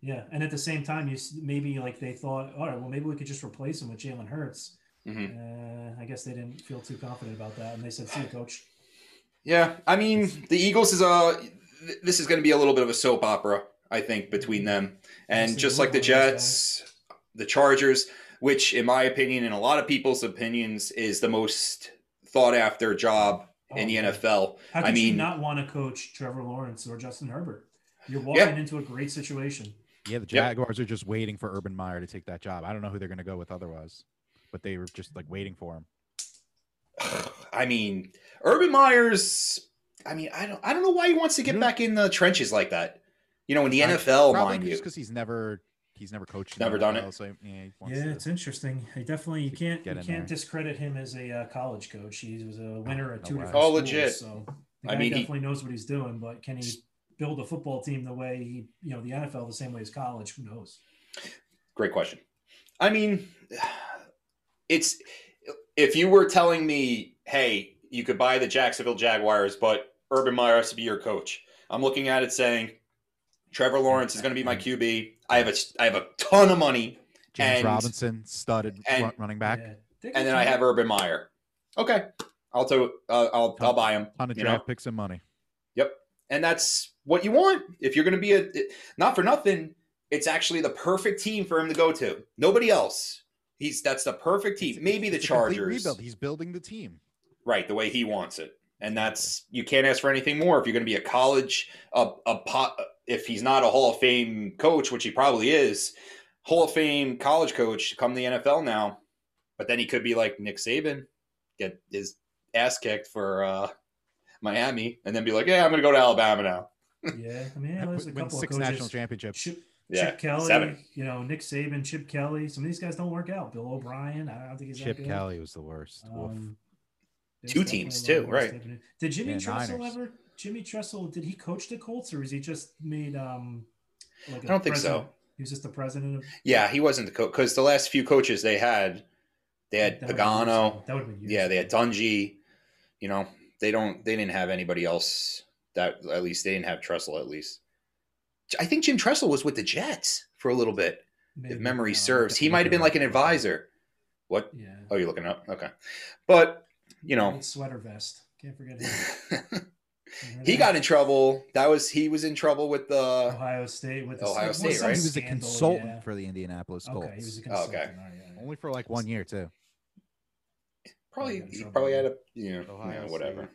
[SPEAKER 1] Yeah, and at the same time, you s- maybe like they thought, all right, well maybe we could just replace him with Jalen Hurts.
[SPEAKER 2] Mhm.
[SPEAKER 1] Uh, I guess they didn't feel too confident about that, and they said, "See, you, coach."
[SPEAKER 2] Yeah, I mean the Eagles is a. th- This is going to be a little bit of a soap opera, I think, between them,
[SPEAKER 3] Mm-hmm.
[SPEAKER 2] and
[SPEAKER 1] Yes,
[SPEAKER 2] just
[SPEAKER 1] it will
[SPEAKER 2] like the
[SPEAKER 1] be, yeah.
[SPEAKER 2] Jets, the Chargers, which, in my opinion, and a lot of people's opinions, is the most thought after job in the
[SPEAKER 1] Oh,
[SPEAKER 2] NFL.
[SPEAKER 1] How
[SPEAKER 2] I
[SPEAKER 1] could you
[SPEAKER 2] mean-
[SPEAKER 1] not want to coach Trevor Lawrence or Justin Herbert? You're walking
[SPEAKER 2] Yeah.
[SPEAKER 1] into a great situation.
[SPEAKER 3] Yeah, the Jaguars are just waiting for Urban Meyer to take that job. I don't know who they're going to go with otherwise, but they were just like waiting for him.
[SPEAKER 2] I mean, Urban Myers. I mean, I don't. I don't know why he wants to get
[SPEAKER 3] Yeah.
[SPEAKER 2] back in the trenches like that. You know, in the
[SPEAKER 3] Mm-hmm. I-
[SPEAKER 2] NFL,
[SPEAKER 3] Probably
[SPEAKER 2] Oh, mind
[SPEAKER 3] just
[SPEAKER 2] you.
[SPEAKER 3] because he's never he's never coached. in the
[SPEAKER 2] Never done it.
[SPEAKER 3] NFL, So, yeah, he wants
[SPEAKER 1] Yeah,
[SPEAKER 3] to-
[SPEAKER 1] it's interesting. I definitely you
[SPEAKER 3] to
[SPEAKER 1] can't you
[SPEAKER 3] get in
[SPEAKER 1] can't
[SPEAKER 3] there.
[SPEAKER 1] discredit him as a uh, college coach. He was a winner at
[SPEAKER 3] no
[SPEAKER 1] two
[SPEAKER 3] way.
[SPEAKER 1] different
[SPEAKER 2] Oh,
[SPEAKER 1] schools,
[SPEAKER 2] legit.
[SPEAKER 1] So the
[SPEAKER 2] I
[SPEAKER 1] guy
[SPEAKER 2] mean, he-
[SPEAKER 1] definitely knows what he's doing. But can he build a football team the way he, you know, the NFL the same way as college? Who knows?
[SPEAKER 2] Great question. I mean, it's if you were telling me, hey, you could buy the Jacksonville Jaguars, but Urban Meyer has to be your coach. I'm looking at it saying, Trevor Lawrence is going to be my QB. I have a I have a ton of money,
[SPEAKER 3] James
[SPEAKER 2] and-
[SPEAKER 3] Robinson, studded
[SPEAKER 2] and-
[SPEAKER 3] run- running back,
[SPEAKER 1] Yeah. They can
[SPEAKER 2] and then I
[SPEAKER 1] try.
[SPEAKER 2] have Urban Meyer. Okay, I'll do. Uh, I'll I'll buy him.
[SPEAKER 3] ton of
[SPEAKER 2] you
[SPEAKER 3] draft
[SPEAKER 2] know?
[SPEAKER 3] picks and money.
[SPEAKER 2] and that's what you want if you're going to be a not for nothing it's actually the perfect team for him to go to nobody else he's that's the perfect team maybe the
[SPEAKER 3] It's a complete
[SPEAKER 2] chargers
[SPEAKER 3] rebuild. He's building the team.
[SPEAKER 2] right the way he wants it and that's you can't ask for anything more if you're going to be a college a, a po- if he's not a hall of fame coach which he probably is hall of fame college coach come the nfl now but then he could be like nick saban get his ass kicked for uh miami and then be like yeah i'm going to go to alabama now
[SPEAKER 1] Yeah, I mean, yeah,
[SPEAKER 3] Win
[SPEAKER 1] there's a couple
[SPEAKER 3] six
[SPEAKER 1] of coaches.
[SPEAKER 3] national championships.
[SPEAKER 1] Chip,
[SPEAKER 2] yeah
[SPEAKER 1] Chip Kelly,
[SPEAKER 2] seven.
[SPEAKER 1] you know, Nick Saban, Chip Kelly. Some of these guys don't work out. Bill O'Brien, I don't think he's that
[SPEAKER 3] Chip
[SPEAKER 1] good.
[SPEAKER 3] Kelly was the worst. Woof.
[SPEAKER 1] Um, there's
[SPEAKER 2] Two
[SPEAKER 1] definitely
[SPEAKER 2] teams,
[SPEAKER 1] a lot of
[SPEAKER 2] too,
[SPEAKER 1] guys
[SPEAKER 2] right.
[SPEAKER 1] happening. Did Jimmy
[SPEAKER 3] Yeah,
[SPEAKER 1] Tressel
[SPEAKER 3] Niners.
[SPEAKER 1] ever? Jimmy Tressel, did he coach the Colts or is he just made? um like
[SPEAKER 2] I
[SPEAKER 1] a
[SPEAKER 2] don't think so.
[SPEAKER 1] president? He was just the president of.
[SPEAKER 2] Yeah, he wasn't the coach because the last few coaches they had, they had
[SPEAKER 1] that would've been years ago.
[SPEAKER 2] Pagano.
[SPEAKER 1] That would have been years
[SPEAKER 2] Yeah, they had
[SPEAKER 1] ago.
[SPEAKER 2] Dungy. You know, they don't. They didn't have anybody else. That at least they didn't have Tressel. At least, I think Jim Tressel was with the Jets for a little bit, if
[SPEAKER 1] Maybe.
[SPEAKER 2] memory
[SPEAKER 1] Uh,
[SPEAKER 2] serves. He
[SPEAKER 3] I'm
[SPEAKER 2] might have been
[SPEAKER 3] looking
[SPEAKER 2] like an
[SPEAKER 3] it up.
[SPEAKER 2] advisor. What?
[SPEAKER 1] Yeah.
[SPEAKER 2] Oh, you're looking up. Okay, but you know,
[SPEAKER 1] Old sweater vest. Can't forget him. Remember
[SPEAKER 2] he
[SPEAKER 1] that?
[SPEAKER 2] got in trouble. That was he was in trouble with the.
[SPEAKER 1] Ohio State with the
[SPEAKER 2] Ohio
[SPEAKER 1] what's
[SPEAKER 2] State,
[SPEAKER 1] some
[SPEAKER 2] right?
[SPEAKER 3] He was a
[SPEAKER 1] scandal,
[SPEAKER 3] consultant
[SPEAKER 1] yeah.
[SPEAKER 3] for the Indianapolis Colts,
[SPEAKER 1] Okay, he was a
[SPEAKER 2] Oh,
[SPEAKER 1] consultant.
[SPEAKER 2] okay.
[SPEAKER 1] all right, all right.
[SPEAKER 3] only for like one year too.
[SPEAKER 2] Probably
[SPEAKER 1] got in
[SPEAKER 2] he
[SPEAKER 1] trouble,
[SPEAKER 2] probably
[SPEAKER 1] yeah.
[SPEAKER 2] had a you know,
[SPEAKER 3] Ohio
[SPEAKER 2] yeah,
[SPEAKER 3] State.
[SPEAKER 2] whatever.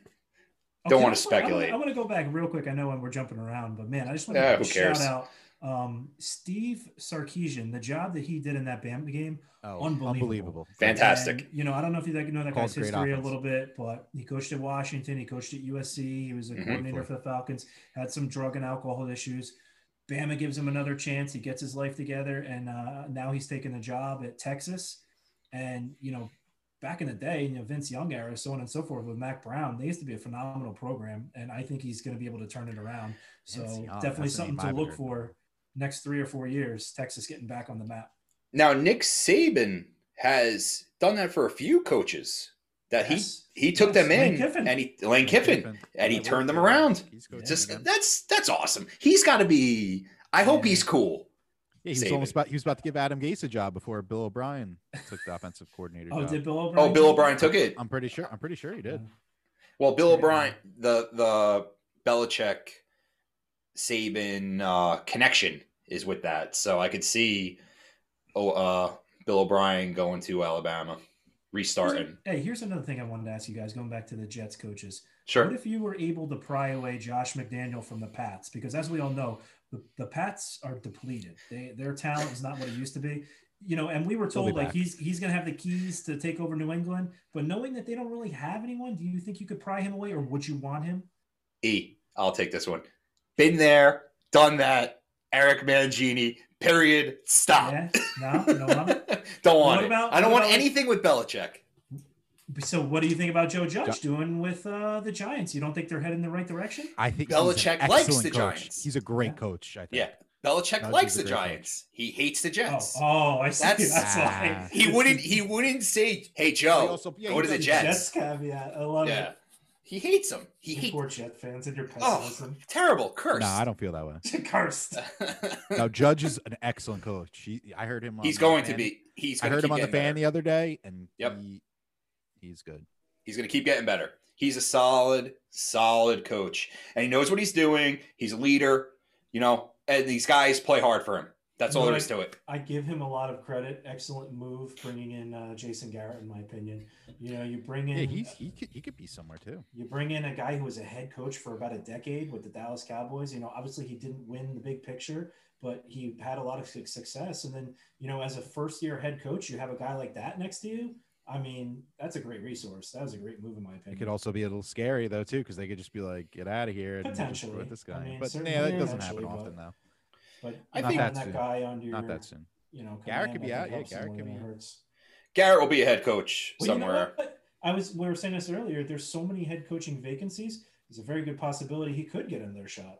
[SPEAKER 2] Don't wanna
[SPEAKER 1] I wanna-
[SPEAKER 2] speculate.
[SPEAKER 1] I want to go back real quick. I know we're jumping around, but man, I just want
[SPEAKER 2] Yeah,
[SPEAKER 1] to
[SPEAKER 2] who
[SPEAKER 1] shout
[SPEAKER 2] cares?
[SPEAKER 1] out um, Steve Sarkeesian, the job that he did in that Bama game.
[SPEAKER 3] Oh,
[SPEAKER 1] Unbelievable.
[SPEAKER 3] unbelievable.
[SPEAKER 2] Fantastic.
[SPEAKER 1] And, you know, I don't know if you like know that
[SPEAKER 3] Calls
[SPEAKER 1] guy's
[SPEAKER 3] great
[SPEAKER 1] history a
[SPEAKER 3] offense.
[SPEAKER 1] little bit, but he coached at Washington. He coached at USC. He was a
[SPEAKER 2] Mhm.
[SPEAKER 1] coordinator for the Falcons. Had some drug and alcohol issues. Bama gives him another chance. He gets his life together, and uh, now he's taking the job at Texas. And you know, back in the day, you know, Vince Young era, so on and so forth, with Mac Brown, they used to be a phenomenal program, and I think he's going to be able to turn it around. So
[SPEAKER 3] Vince Young,
[SPEAKER 1] definitely
[SPEAKER 3] that's the
[SPEAKER 1] something
[SPEAKER 3] name
[SPEAKER 1] to
[SPEAKER 3] I've
[SPEAKER 1] look
[SPEAKER 3] heard.
[SPEAKER 1] for next three or four years. Texas getting back on the map.
[SPEAKER 2] Now Nick Saban has done that for a few coaches that
[SPEAKER 1] Yes.
[SPEAKER 2] he he took
[SPEAKER 1] Yes.
[SPEAKER 2] them in
[SPEAKER 1] Lane Kiffin.
[SPEAKER 2] and he Lane Kiffin and he turned them around.
[SPEAKER 3] He's coaching
[SPEAKER 2] Just
[SPEAKER 3] again.
[SPEAKER 2] that's that's awesome. He's got to be. I hope
[SPEAKER 1] Yeah.
[SPEAKER 2] he's cool.
[SPEAKER 3] Yeah, he was
[SPEAKER 2] Saban.
[SPEAKER 3] almost about he was about to give Adam Gase a job before Bill O'Brien took the offensive coordinator
[SPEAKER 1] Oh,
[SPEAKER 3] job.
[SPEAKER 1] did Bill O'Brien?
[SPEAKER 2] Oh, Bill
[SPEAKER 1] take it?
[SPEAKER 2] O'Brien took it.
[SPEAKER 3] I'm pretty sure. I'm pretty sure he did.
[SPEAKER 2] Well, Bill
[SPEAKER 1] That's great.
[SPEAKER 2] O'Brien, the the Belichick Saban uh, connection is with that, so I could see oh uh, Bill O'Brien going to Alabama, restarting.
[SPEAKER 1] Hey, here's another thing I wanted to ask you guys, going back to the Jets coaches.
[SPEAKER 2] Sure.
[SPEAKER 1] What if you were able to pry away Josh McDaniel from the Pats? Because as we all know, the, the Pats are depleted. They their talent is not what it used to be. You know, and we were
[SPEAKER 3] They'll be
[SPEAKER 1] told like
[SPEAKER 3] back.
[SPEAKER 1] he's he's gonna have the keys to take over New England, but knowing that they don't really have anyone, do you think you could pry him away or would you want him?
[SPEAKER 2] E, I'll take this one. Been there, done that. Eric Mangini. Period. Stop.
[SPEAKER 1] Yeah. No, you know what I'm-
[SPEAKER 2] don't want
[SPEAKER 1] What
[SPEAKER 2] it.
[SPEAKER 1] about-
[SPEAKER 2] I don't
[SPEAKER 1] what
[SPEAKER 2] want
[SPEAKER 1] about-
[SPEAKER 2] anything with Belichick.
[SPEAKER 1] So what do you think about Joe Judge
[SPEAKER 3] Jo-
[SPEAKER 1] doing with uh, the Giants? You don't think they're headed in the right direction?
[SPEAKER 3] I think he's an
[SPEAKER 2] Belichick likes
[SPEAKER 3] excellent
[SPEAKER 2] the
[SPEAKER 3] coach.
[SPEAKER 2] Giants.
[SPEAKER 3] He's a great
[SPEAKER 1] Yeah.
[SPEAKER 3] coach. I think.
[SPEAKER 2] Yeah, Oh, Belichick
[SPEAKER 3] Nudge
[SPEAKER 2] likes the
[SPEAKER 3] is a great coach.
[SPEAKER 2] Giants. He hates the
[SPEAKER 1] Oh,
[SPEAKER 2] Jets.
[SPEAKER 1] oh, I see.
[SPEAKER 2] That's-
[SPEAKER 1] That's, why
[SPEAKER 3] Ah.
[SPEAKER 2] He wouldn't. He wouldn't say, "Hey
[SPEAKER 3] They
[SPEAKER 2] Joe,
[SPEAKER 3] also- yeah,
[SPEAKER 2] go
[SPEAKER 3] he
[SPEAKER 2] to the
[SPEAKER 3] does-
[SPEAKER 2] Jets."
[SPEAKER 1] Jets caveat. I love
[SPEAKER 2] Yeah.
[SPEAKER 1] it.
[SPEAKER 2] He hates him. He
[SPEAKER 1] You
[SPEAKER 2] hates
[SPEAKER 1] poor Jet fans and your
[SPEAKER 2] Oh,
[SPEAKER 1] pessimism.
[SPEAKER 2] terrible curse.
[SPEAKER 3] No, I don't feel that way.
[SPEAKER 1] Cursed.
[SPEAKER 3] No, Judge is an excellent coach. He, I heard him. On
[SPEAKER 2] he's
[SPEAKER 3] the
[SPEAKER 2] going to
[SPEAKER 3] fan-
[SPEAKER 2] be. He's.
[SPEAKER 3] I
[SPEAKER 2] Gonna
[SPEAKER 3] heard
[SPEAKER 2] keep
[SPEAKER 3] him on the
[SPEAKER 2] getting better.
[SPEAKER 3] fan the other day, and
[SPEAKER 2] Yep.
[SPEAKER 3] he, he's good.
[SPEAKER 2] He's going to keep getting better. He's a solid, solid coach, and he knows what he's doing. He's a leader, you know. And these guys play hard for him. That's all
[SPEAKER 1] No,
[SPEAKER 2] there
[SPEAKER 1] I-
[SPEAKER 2] is to it.
[SPEAKER 1] I give him a lot of credit. Excellent move bringing in uh, Jason Garrett, in my opinion. You know, you bring in
[SPEAKER 3] Yeah, he's he could he could be somewhere too.
[SPEAKER 1] you bring in a guy who was a head coach for about a decade with the Dallas Cowboys. You know, obviously he didn't win the big picture, but he had a lot of su- success. And then, you know, as a first year head coach, you have a guy like that next to you. I mean, that's a great resource. That was a great move, in my
[SPEAKER 3] It
[SPEAKER 1] opinion.
[SPEAKER 3] could also be a little scary though too, because they could just be like, "Get out of here!" and we'll just
[SPEAKER 1] Potentially.
[SPEAKER 3] throw at this
[SPEAKER 1] I
[SPEAKER 3] guy.
[SPEAKER 1] mean,
[SPEAKER 3] but
[SPEAKER 1] certainly
[SPEAKER 3] yeah, that doesn't
[SPEAKER 1] potentially,
[SPEAKER 3] happen
[SPEAKER 1] but-
[SPEAKER 3] often though.
[SPEAKER 1] but
[SPEAKER 2] I
[SPEAKER 1] I
[SPEAKER 2] think-
[SPEAKER 1] think
[SPEAKER 3] Not that
[SPEAKER 1] that
[SPEAKER 3] soon.
[SPEAKER 1] guy on your,
[SPEAKER 3] Not that soon.
[SPEAKER 1] you know, command,
[SPEAKER 3] Garrett could be
[SPEAKER 1] I
[SPEAKER 3] out.
[SPEAKER 1] think,
[SPEAKER 3] Yeah,
[SPEAKER 1] helps him
[SPEAKER 3] Garrett
[SPEAKER 1] more
[SPEAKER 3] could
[SPEAKER 1] than
[SPEAKER 3] be
[SPEAKER 1] it
[SPEAKER 3] out.
[SPEAKER 1] hurts.
[SPEAKER 2] Garrett will be a head coach
[SPEAKER 1] Well, you know
[SPEAKER 2] somewhere.
[SPEAKER 1] what? I was we were saying this earlier. There's so many head coaching vacancies. There's a very good possibility he could get another shot.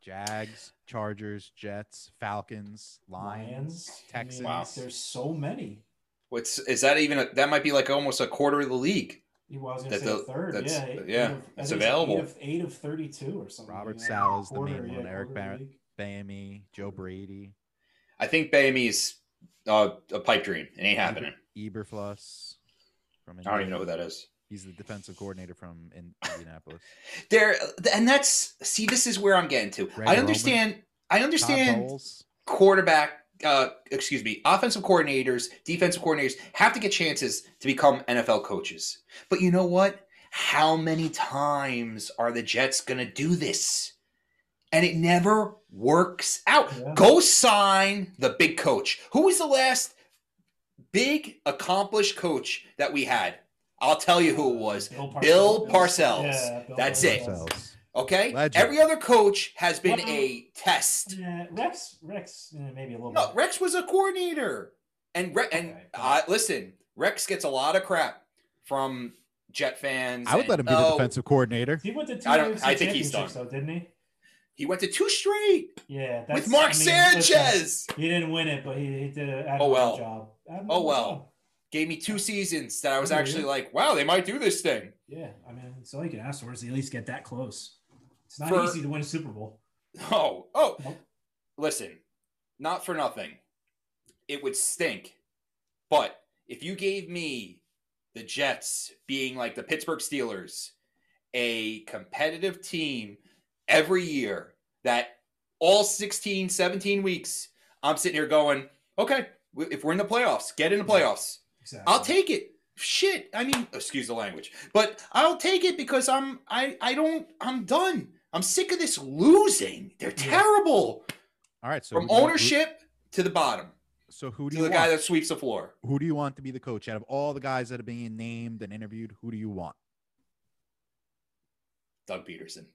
[SPEAKER 3] Jags, Chargers, Jets, Falcons, Lions.
[SPEAKER 1] I mean,
[SPEAKER 3] Texans.
[SPEAKER 2] Wow.
[SPEAKER 1] There's so many.
[SPEAKER 2] What's is that even? A, that might be like almost a quarter of the league.
[SPEAKER 1] He was going to
[SPEAKER 2] That
[SPEAKER 1] say
[SPEAKER 2] the-
[SPEAKER 1] a third.
[SPEAKER 2] that's-
[SPEAKER 1] yeah, eight-
[SPEAKER 2] yeah,
[SPEAKER 1] eight of- I
[SPEAKER 2] it's
[SPEAKER 1] think
[SPEAKER 2] available.
[SPEAKER 1] Eight of, eight of 32 or something.
[SPEAKER 3] Robert
[SPEAKER 1] like that.
[SPEAKER 3] Saleh's the
[SPEAKER 1] Quarter,
[SPEAKER 3] main
[SPEAKER 1] yeah,
[SPEAKER 3] one,
[SPEAKER 1] quarter of
[SPEAKER 3] Eric
[SPEAKER 1] the
[SPEAKER 3] Barrett.
[SPEAKER 1] league.
[SPEAKER 3] Bammy, Joe Brady,
[SPEAKER 2] I think Bamy's uh, a pipe dream. It ain't happening.
[SPEAKER 3] Eberfluss. From
[SPEAKER 2] I don't even know who that is.
[SPEAKER 3] He's the defensive coordinator from in- Indianapolis.
[SPEAKER 2] There, and that's see. This is where I'm getting to.
[SPEAKER 3] Greg
[SPEAKER 2] I
[SPEAKER 3] Roman.
[SPEAKER 2] understand. I
[SPEAKER 3] Todd
[SPEAKER 2] understand.
[SPEAKER 3] Bowles.
[SPEAKER 2] quarterback, uh, excuse me, offensive coordinators, defensive coordinators have to get chances to become NFL coaches. But you know what? How many times are the Jets going to do this? And it never works out.
[SPEAKER 1] Yeah.
[SPEAKER 2] Go sign the big coach. Who was the last big accomplished coach that we had? I'll tell you who it was. Bill Parcells.
[SPEAKER 1] Yeah, Bill
[SPEAKER 2] That's it.
[SPEAKER 3] Parcells.
[SPEAKER 2] Okay?
[SPEAKER 3] Legend.
[SPEAKER 2] Every other coach has been
[SPEAKER 1] Wow.
[SPEAKER 2] a test.
[SPEAKER 1] Yeah, Rex, Rex, eh, maybe a little
[SPEAKER 2] No,
[SPEAKER 1] bit.
[SPEAKER 2] Rex was a coordinator, and Re- and
[SPEAKER 1] Okay.
[SPEAKER 2] uh, listen, Rex gets a lot of crap from Jet fans.
[SPEAKER 3] I would
[SPEAKER 2] and-
[SPEAKER 3] let him be the
[SPEAKER 2] oh,
[SPEAKER 3] defensive coordinator.
[SPEAKER 1] He went to two
[SPEAKER 2] I don't-
[SPEAKER 1] AFC
[SPEAKER 2] I think he's
[SPEAKER 1] championships, though, didn't he?
[SPEAKER 2] He went to two straight
[SPEAKER 1] Yeah,
[SPEAKER 2] with Mark
[SPEAKER 1] I mean, listen,
[SPEAKER 2] Sanchez.
[SPEAKER 1] he didn't win it, but he, he did an admirable
[SPEAKER 2] well.
[SPEAKER 1] job.
[SPEAKER 2] Oh,
[SPEAKER 1] Admirable
[SPEAKER 2] well.
[SPEAKER 1] job.
[SPEAKER 2] Gave me two seasons that I was
[SPEAKER 1] Mhm.
[SPEAKER 2] actually like, wow, they might do this thing.
[SPEAKER 1] Yeah, I mean, it's all you can ask for is at least get that close. It's not
[SPEAKER 2] For-
[SPEAKER 1] easy to win a Super Bowl.
[SPEAKER 2] Oh, oh,
[SPEAKER 1] Nope.
[SPEAKER 2] listen, not for nothing. It would stink, but if you gave me the Jets being like the Pittsburgh Steelers, a competitive team every year that all 16, 17 weeks, I'm sitting here going, okay, w- if we're in the playoffs, get in the playoffs.
[SPEAKER 1] Exactly.
[SPEAKER 2] I'll take it. Shit. I mean, excuse the language, but I'll take it because I'm I I don't I'm done. I'm sick of this losing. They're
[SPEAKER 1] Yeah.
[SPEAKER 2] terrible
[SPEAKER 3] All right, so
[SPEAKER 2] from
[SPEAKER 3] who do you- who-
[SPEAKER 2] ownership to the bottom
[SPEAKER 3] so who
[SPEAKER 2] to
[SPEAKER 3] do you
[SPEAKER 2] the
[SPEAKER 3] want?
[SPEAKER 2] guy that sweeps the floor.
[SPEAKER 3] who do you want to be the coach out of all the guys that are being named and interviewed? Who do you want?
[SPEAKER 2] Doug Peterson.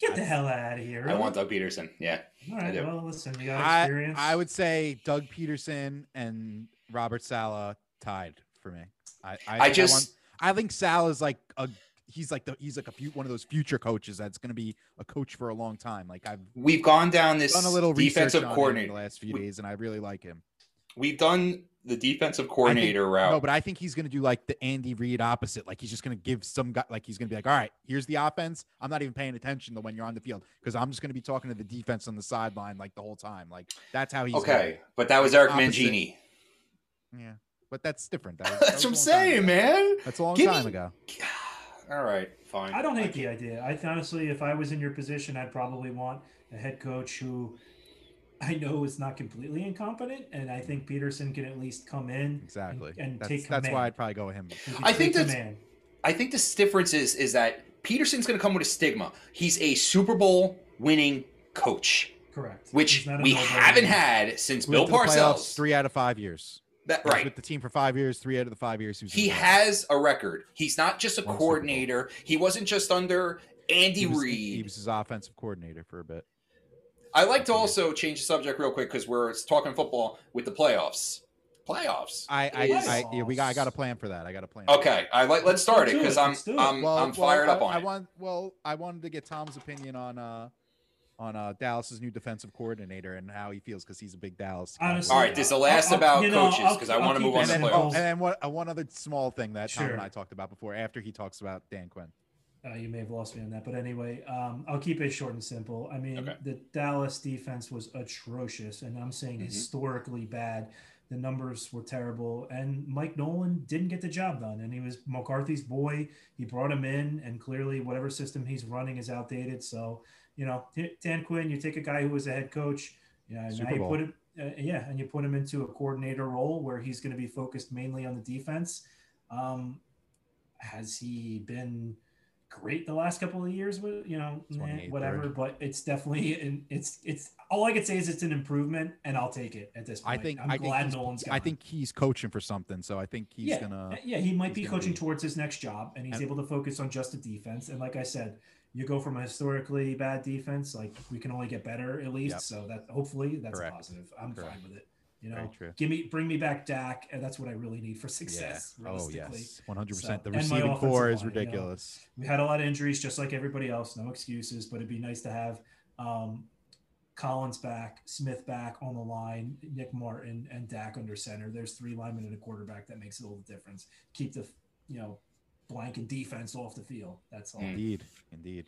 [SPEAKER 1] Get the hell out of here.
[SPEAKER 2] I
[SPEAKER 1] really?
[SPEAKER 2] want Doug Peterson. Yeah.
[SPEAKER 1] All
[SPEAKER 2] I
[SPEAKER 1] right.
[SPEAKER 2] do.
[SPEAKER 1] Well, listen, you got
[SPEAKER 3] I,
[SPEAKER 1] experience.
[SPEAKER 3] I would say Doug Peterson and Robert Sala tied for me. I I, think
[SPEAKER 2] I just
[SPEAKER 3] want, I think Sal is like a he's like the he's like a few one of those future coaches that's going to be a coach for a long time. Like I've
[SPEAKER 2] we've gone down this
[SPEAKER 3] done a little research
[SPEAKER 2] defensive
[SPEAKER 3] on him in
[SPEAKER 2] coordinator.
[SPEAKER 3] the last few
[SPEAKER 2] We-
[SPEAKER 3] days, and I really like him.
[SPEAKER 2] We've done the defensive coordinator route.
[SPEAKER 3] No, but I think he's going to do like the Andy Reid opposite. Like he's just going to give some guy, like he's going to be like, all right, here's the offense. I'm not even paying attention to when you're on the field because I'm just going to be talking to the defense on the sideline like the whole time. Like that's how he's. gonna
[SPEAKER 2] okay. But that was Eric
[SPEAKER 3] Opposite.
[SPEAKER 2] Mangini.
[SPEAKER 3] be. Yeah. But that's different. That was- that
[SPEAKER 2] That's
[SPEAKER 3] was
[SPEAKER 2] what I'm
[SPEAKER 3] a long time
[SPEAKER 2] saying,
[SPEAKER 3] ago.
[SPEAKER 2] man.
[SPEAKER 3] That's a long
[SPEAKER 2] Give
[SPEAKER 3] time
[SPEAKER 2] me-
[SPEAKER 3] ago.
[SPEAKER 2] All right, fine.
[SPEAKER 1] I don't hate
[SPEAKER 2] can't-
[SPEAKER 1] the idea. I th- honestly, if I was in your position, I'd probably want a head coach who I know is not completely incompetent, and I think Peterson can at least come in.
[SPEAKER 3] Exactly.
[SPEAKER 1] and
[SPEAKER 3] that's,
[SPEAKER 1] take
[SPEAKER 3] that's
[SPEAKER 1] command.
[SPEAKER 3] why I'd probably go with him.
[SPEAKER 1] He can
[SPEAKER 2] I think
[SPEAKER 1] take
[SPEAKER 2] that's-
[SPEAKER 1] command.
[SPEAKER 2] I think this difference is is that Peterson's going to come with a stigma. He's a Super Bowl winning coach,
[SPEAKER 1] correct.
[SPEAKER 2] which
[SPEAKER 1] He's not a
[SPEAKER 2] we
[SPEAKER 1] no-brainer.
[SPEAKER 2] haven't had since
[SPEAKER 3] We
[SPEAKER 2] Bill
[SPEAKER 3] went to the playoffs
[SPEAKER 2] Parcells.
[SPEAKER 3] three out of five years.
[SPEAKER 2] That-
[SPEAKER 3] He was
[SPEAKER 2] right.
[SPEAKER 3] With the team for five years, three out of the five years he was. in
[SPEAKER 2] He
[SPEAKER 3] the playoffs.
[SPEAKER 2] has a record. He's not just a
[SPEAKER 3] One Super Bowl.
[SPEAKER 2] coordinator. He wasn't just under Andy
[SPEAKER 3] He was, he
[SPEAKER 2] Reid.
[SPEAKER 3] was his offensive coordinator for a bit.
[SPEAKER 2] I like to also change the subject real quick because we're talking football with the playoffs. Playoffs.
[SPEAKER 3] I, I,
[SPEAKER 2] Yes.
[SPEAKER 3] I yeah, we got, I got a plan for that. I got a plan.
[SPEAKER 2] Okay, I like. Let's start it
[SPEAKER 1] do it.
[SPEAKER 2] because I'm
[SPEAKER 1] Let's do it.
[SPEAKER 2] I'm I'm fired
[SPEAKER 3] I,
[SPEAKER 2] up on
[SPEAKER 3] I
[SPEAKER 2] it.
[SPEAKER 3] want well, I wanted to get Tom's opinion on uh on uh Dallas's new defensive coordinator and how he feels because he's a big Dallas. Cowboy
[SPEAKER 1] Honestly,
[SPEAKER 2] All
[SPEAKER 3] fan.
[SPEAKER 2] right, this is the last
[SPEAKER 1] I'll- I'll-
[SPEAKER 2] about
[SPEAKER 1] you know,
[SPEAKER 2] coaches
[SPEAKER 1] I'll-
[SPEAKER 2] because I
[SPEAKER 1] I'll
[SPEAKER 2] want to
[SPEAKER 1] keep
[SPEAKER 2] move on
[SPEAKER 3] and
[SPEAKER 2] to
[SPEAKER 1] that
[SPEAKER 3] then,
[SPEAKER 1] in
[SPEAKER 2] playoffs.
[SPEAKER 1] mind.
[SPEAKER 3] oh, and then what, uh, one other small thing that Tom
[SPEAKER 1] Sure.
[SPEAKER 3] and I talked about before after he talks about Dan Quinn.
[SPEAKER 1] Uh, you may have lost me on that, but anyway, um, I'll keep it short and simple. I mean,
[SPEAKER 2] Okay.
[SPEAKER 1] the Dallas defense was atrocious, and I'm saying
[SPEAKER 3] Mm-hmm.
[SPEAKER 2] Mhm.
[SPEAKER 1] historically bad. The numbers were terrible, and Mike Nolan didn't get the job done. And he was McCarthy's boy. He brought him in, and clearly, whatever system he's running is outdated. So, you know, Dan Quinn, you take a guy who was a head coach, you know,
[SPEAKER 3] Super
[SPEAKER 1] now you
[SPEAKER 3] Bowl.
[SPEAKER 1] put him, uh, yeah, and you put him into a coordinator role where he's going to be focused mainly on the defense. Um, has he been great the last couple of years? With you know,
[SPEAKER 3] He's
[SPEAKER 1] meh,
[SPEAKER 3] won the eight
[SPEAKER 1] whatever,
[SPEAKER 3] third.
[SPEAKER 1] but it's definitely an, it's it's all I could say is it's an improvement, and I'll take it at this
[SPEAKER 3] I
[SPEAKER 1] point.
[SPEAKER 3] think
[SPEAKER 1] I'm
[SPEAKER 3] I think
[SPEAKER 1] glad
[SPEAKER 3] he's-
[SPEAKER 1] Nolan's. Gone.
[SPEAKER 3] I think he's coaching for something, so I think he's
[SPEAKER 1] Yeah.
[SPEAKER 3] gonna.
[SPEAKER 1] yeah, he might
[SPEAKER 3] he's
[SPEAKER 1] be
[SPEAKER 3] gonna
[SPEAKER 1] coaching
[SPEAKER 3] be-
[SPEAKER 1] towards his next job, and he's
[SPEAKER 3] And-
[SPEAKER 1] able to focus on just the defense. And like I said, you go from a historically bad defense, like we can only get better at least.
[SPEAKER 3] Yep.
[SPEAKER 1] So that hopefully that's
[SPEAKER 3] Correct.
[SPEAKER 1] positive. I'm
[SPEAKER 3] Correct.
[SPEAKER 1] fine with it. You know,
[SPEAKER 3] Very true.
[SPEAKER 1] give me bring me back Dak, and that's what I really need for success.
[SPEAKER 3] yeah. Oh
[SPEAKER 1] Realistically.
[SPEAKER 3] yes, one hundred
[SPEAKER 1] So-
[SPEAKER 3] percent. The
[SPEAKER 1] and my
[SPEAKER 3] receiving
[SPEAKER 1] offensive
[SPEAKER 3] core is
[SPEAKER 1] line, you know.
[SPEAKER 3] ridiculous.
[SPEAKER 1] We had a lot of injuries, just like everybody else. No excuses, but it'd be nice to have um, Collins back, Smith back on the line, Nick Martin and Dak under center. There's three linemen and a quarterback that makes a little difference. Keep the you know blank and defense off the field. That's all.
[SPEAKER 2] Mm.
[SPEAKER 3] Indeed, indeed.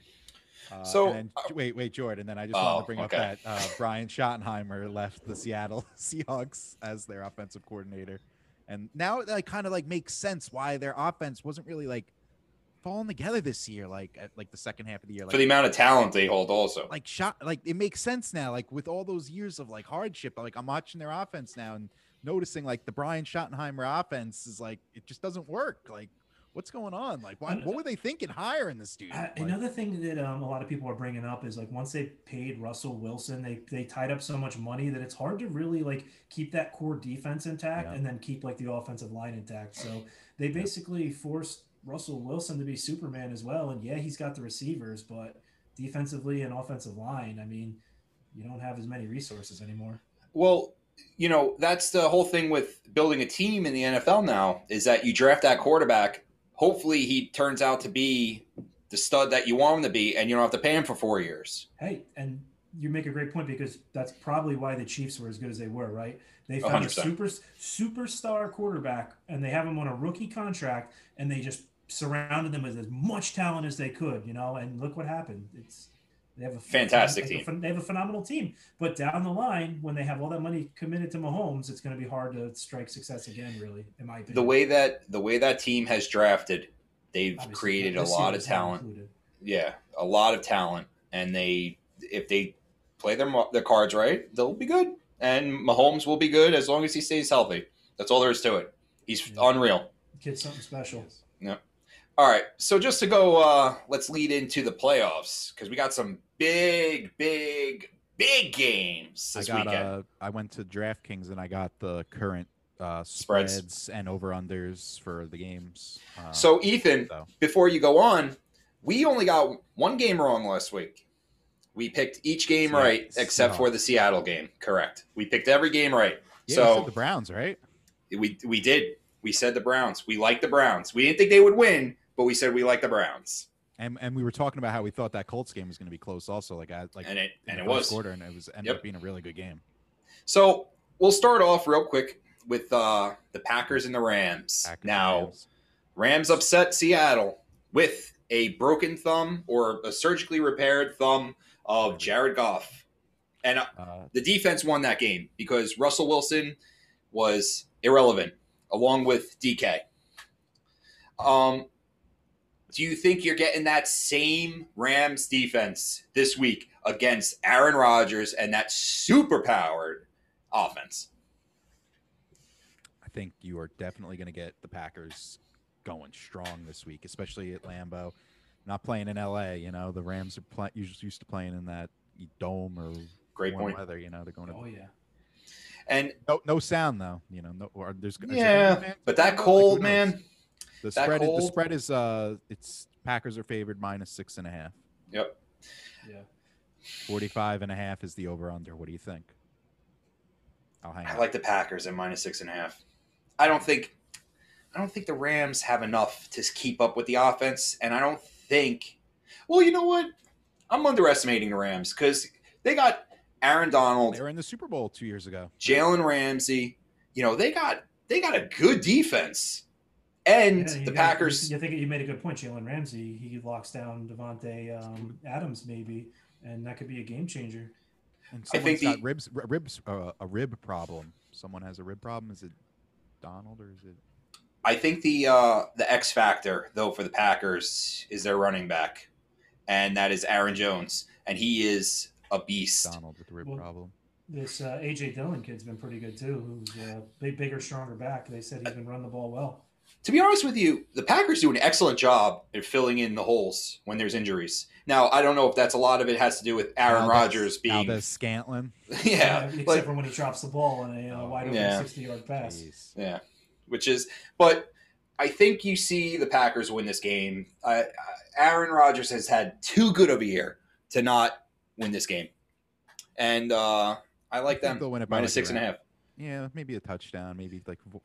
[SPEAKER 3] Uh,
[SPEAKER 2] So,
[SPEAKER 3] and then,
[SPEAKER 2] uh,
[SPEAKER 3] wait, wait, Jordan. And then I just wanted
[SPEAKER 2] Oh,
[SPEAKER 3] to bring
[SPEAKER 2] okay.
[SPEAKER 3] up that uh, Brian Schottenheimer left the Seattle Seahawks as their offensive coordinator, and now it like, kind of like makes sense why their offense wasn't really like falling together this year, like at, like the second half of the year. Like,
[SPEAKER 2] for the amount of talent they hold, also.
[SPEAKER 3] like shot like it makes sense now like with all those years of like hardship like i'm watching their offense now and noticing like the brian schottenheimer offense is like it just doesn't work like what's going on like why,
[SPEAKER 1] And-
[SPEAKER 3] what were they thinking hiring this dude
[SPEAKER 1] I,
[SPEAKER 3] Like,
[SPEAKER 1] Uh, another thing that um, a lot of people are bringing up is like once they paid Russell Wilson, they they tied up so much money that it's hard to really like keep that core defense intact
[SPEAKER 3] Yeah.
[SPEAKER 1] and then keep like the offensive line intact. So they basically forced Russell Wilson to be Superman as well. And yeah, he's got the receivers, but defensively and offensive line, I mean, you don't have as many resources anymore.
[SPEAKER 2] Well, you know, that's the whole thing with building a team in the NFL now is that you draft that quarterback. Hopefully, he turns out to be the stud that you want him to be, and you don't have to pay him for four years.
[SPEAKER 1] Hey, and you make a great point because that's probably why the Chiefs were as good as they were, right? They found a
[SPEAKER 2] 100%.
[SPEAKER 1] super superstar quarterback and they have him on a rookie contract and they just surrounded them with as much talent as they could, you know, and look what happened. It's they have a
[SPEAKER 2] Fantastic
[SPEAKER 1] like a
[SPEAKER 2] team.
[SPEAKER 1] phen- they have a phenomenal team, but down the line, when they have all that money committed to Mahomes, it's going to be hard to strike success again. Really, in my opinion,
[SPEAKER 2] The way that the way that team has drafted, they've
[SPEAKER 1] Obviously,
[SPEAKER 2] created a
[SPEAKER 1] this year
[SPEAKER 2] lot of
[SPEAKER 1] is not
[SPEAKER 2] talent.
[SPEAKER 1] included.
[SPEAKER 2] Yeah, a lot of talent, and they if they play their mo- their cards right, they'll be good, and Mahomes will be good as long as he stays healthy. That's all there is to it. He's
[SPEAKER 1] Yeah.
[SPEAKER 2] unreal.
[SPEAKER 1] Kid's something special.
[SPEAKER 2] All right, so just to go, uh, let's lead into the playoffs because we got some big, big, big games
[SPEAKER 3] i
[SPEAKER 2] this
[SPEAKER 3] got
[SPEAKER 2] weekend.
[SPEAKER 3] uh i went to draftkings and i got the current uh
[SPEAKER 2] Spreads.
[SPEAKER 3] spreads, and over unders for the games uh,
[SPEAKER 2] so, Ethan,
[SPEAKER 3] so.
[SPEAKER 2] before you go on, we only got one game wrong last week. We picked each game
[SPEAKER 3] Yeah,
[SPEAKER 2] right except for
[SPEAKER 3] Seahawks.
[SPEAKER 2] the Seattle game. Correct. We picked every game right.
[SPEAKER 3] yeah, you
[SPEAKER 2] so
[SPEAKER 3] said the browns right
[SPEAKER 2] we we did. We said the Browns. We liked the Browns. We didn't think they would win, but we said we liked the Browns,
[SPEAKER 3] and and we were talking about how we thought that colts game was going to be close also like i like
[SPEAKER 2] and it
[SPEAKER 3] in
[SPEAKER 2] and
[SPEAKER 3] the
[SPEAKER 2] it
[SPEAKER 3] first
[SPEAKER 2] was.
[SPEAKER 3] quarter and it was ended
[SPEAKER 2] Yep.
[SPEAKER 3] up being a really good game
[SPEAKER 2] So we'll start off real quick with uh, the Packers and the Rams.
[SPEAKER 3] Packers and
[SPEAKER 2] now.
[SPEAKER 3] Rams.
[SPEAKER 2] Rams upset Seattle with a broken thumb or a surgically repaired thumb of Jared Goff. And uh,
[SPEAKER 3] Uh,
[SPEAKER 2] the defense won that game because Russell Wilson was irrelevant along with DK. Um, do you think you're getting that same Rams defense this week against Aaron Rodgers and that super powered offense?
[SPEAKER 3] I think you are definitely going to get the Packers going strong this week, especially at Lambeau. Not playing in LA, you know. The Rams are play- usually used to playing in that dome or
[SPEAKER 2] Great
[SPEAKER 3] warm
[SPEAKER 2] point.
[SPEAKER 3] weather. You know, they're going to
[SPEAKER 1] Oh yeah.
[SPEAKER 2] And
[SPEAKER 3] no, no sound though. You know, no. Or there's is there
[SPEAKER 2] Yeah,
[SPEAKER 3] gonna be fans?
[SPEAKER 2] but that
[SPEAKER 3] Like, who
[SPEAKER 2] cold,
[SPEAKER 3] knows?
[SPEAKER 2] man.
[SPEAKER 3] The
[SPEAKER 2] that
[SPEAKER 3] spread is the
[SPEAKER 2] cold-
[SPEAKER 3] spread is uh, it's Packers are favored minus six and a half.
[SPEAKER 2] Yep.
[SPEAKER 1] Yeah.
[SPEAKER 3] 45 and a half is the over under. What do you think? I'll hang.
[SPEAKER 2] I
[SPEAKER 3] up.
[SPEAKER 2] like the Packers at minus six and a half. I don't think I don't think the Rams have enough to keep up with the offense, and I don't think well, you know what? I'm underestimating the Rams because they got Aaron Donald,
[SPEAKER 3] They were in the Super Bowl two years ago.
[SPEAKER 2] Jalen Ramsey. You know, they got they got a good defense. And
[SPEAKER 1] Yeah, you
[SPEAKER 2] the
[SPEAKER 1] guys-
[SPEAKER 2] Packers,
[SPEAKER 1] You think you made a good point, Jalen Ramsey. He locks down Devontae um, Adams maybe, and that could be a game changer.
[SPEAKER 3] And
[SPEAKER 2] I think
[SPEAKER 3] someone's got
[SPEAKER 2] the-
[SPEAKER 3] ribs, r- ribs, uh, a rib problem. Someone has a rib problem. Is it Donald or is it?
[SPEAKER 2] I think the uh, the X factor though for the Packers is their running back, and that is Aaron Jones, and he is a beast.
[SPEAKER 3] Donald with the rib
[SPEAKER 1] Well-
[SPEAKER 3] problem.
[SPEAKER 1] This uh, AJ Dillon kid's been pretty good too. Who's uh, big, bigger, stronger back. They said he's been running the ball well.
[SPEAKER 2] To be honest with you, the Packers do an excellent job at filling in the holes when there's injuries. Now, I don't know if that's a lot of it has to do with Aaron
[SPEAKER 3] Valdez-
[SPEAKER 2] Rodgers being,
[SPEAKER 3] Valdez Scantlin.
[SPEAKER 2] yeah,
[SPEAKER 1] uh, except
[SPEAKER 2] like,
[SPEAKER 1] for when he drops the ball on a uh,
[SPEAKER 3] Oh,
[SPEAKER 1] wide
[SPEAKER 2] yeah.
[SPEAKER 1] open sixty-yard pass.
[SPEAKER 3] Jeez.
[SPEAKER 2] Yeah, which is, but I think you see the Packers win this game. Uh, Aaron Rodgers has had too good of a year to not win this game, and uh, I like
[SPEAKER 3] I think
[SPEAKER 2] them
[SPEAKER 3] they'll win it by
[SPEAKER 2] minus
[SPEAKER 3] like
[SPEAKER 2] six and a
[SPEAKER 3] around-
[SPEAKER 2] half.
[SPEAKER 3] Yeah, maybe a touchdown. Maybe like vo-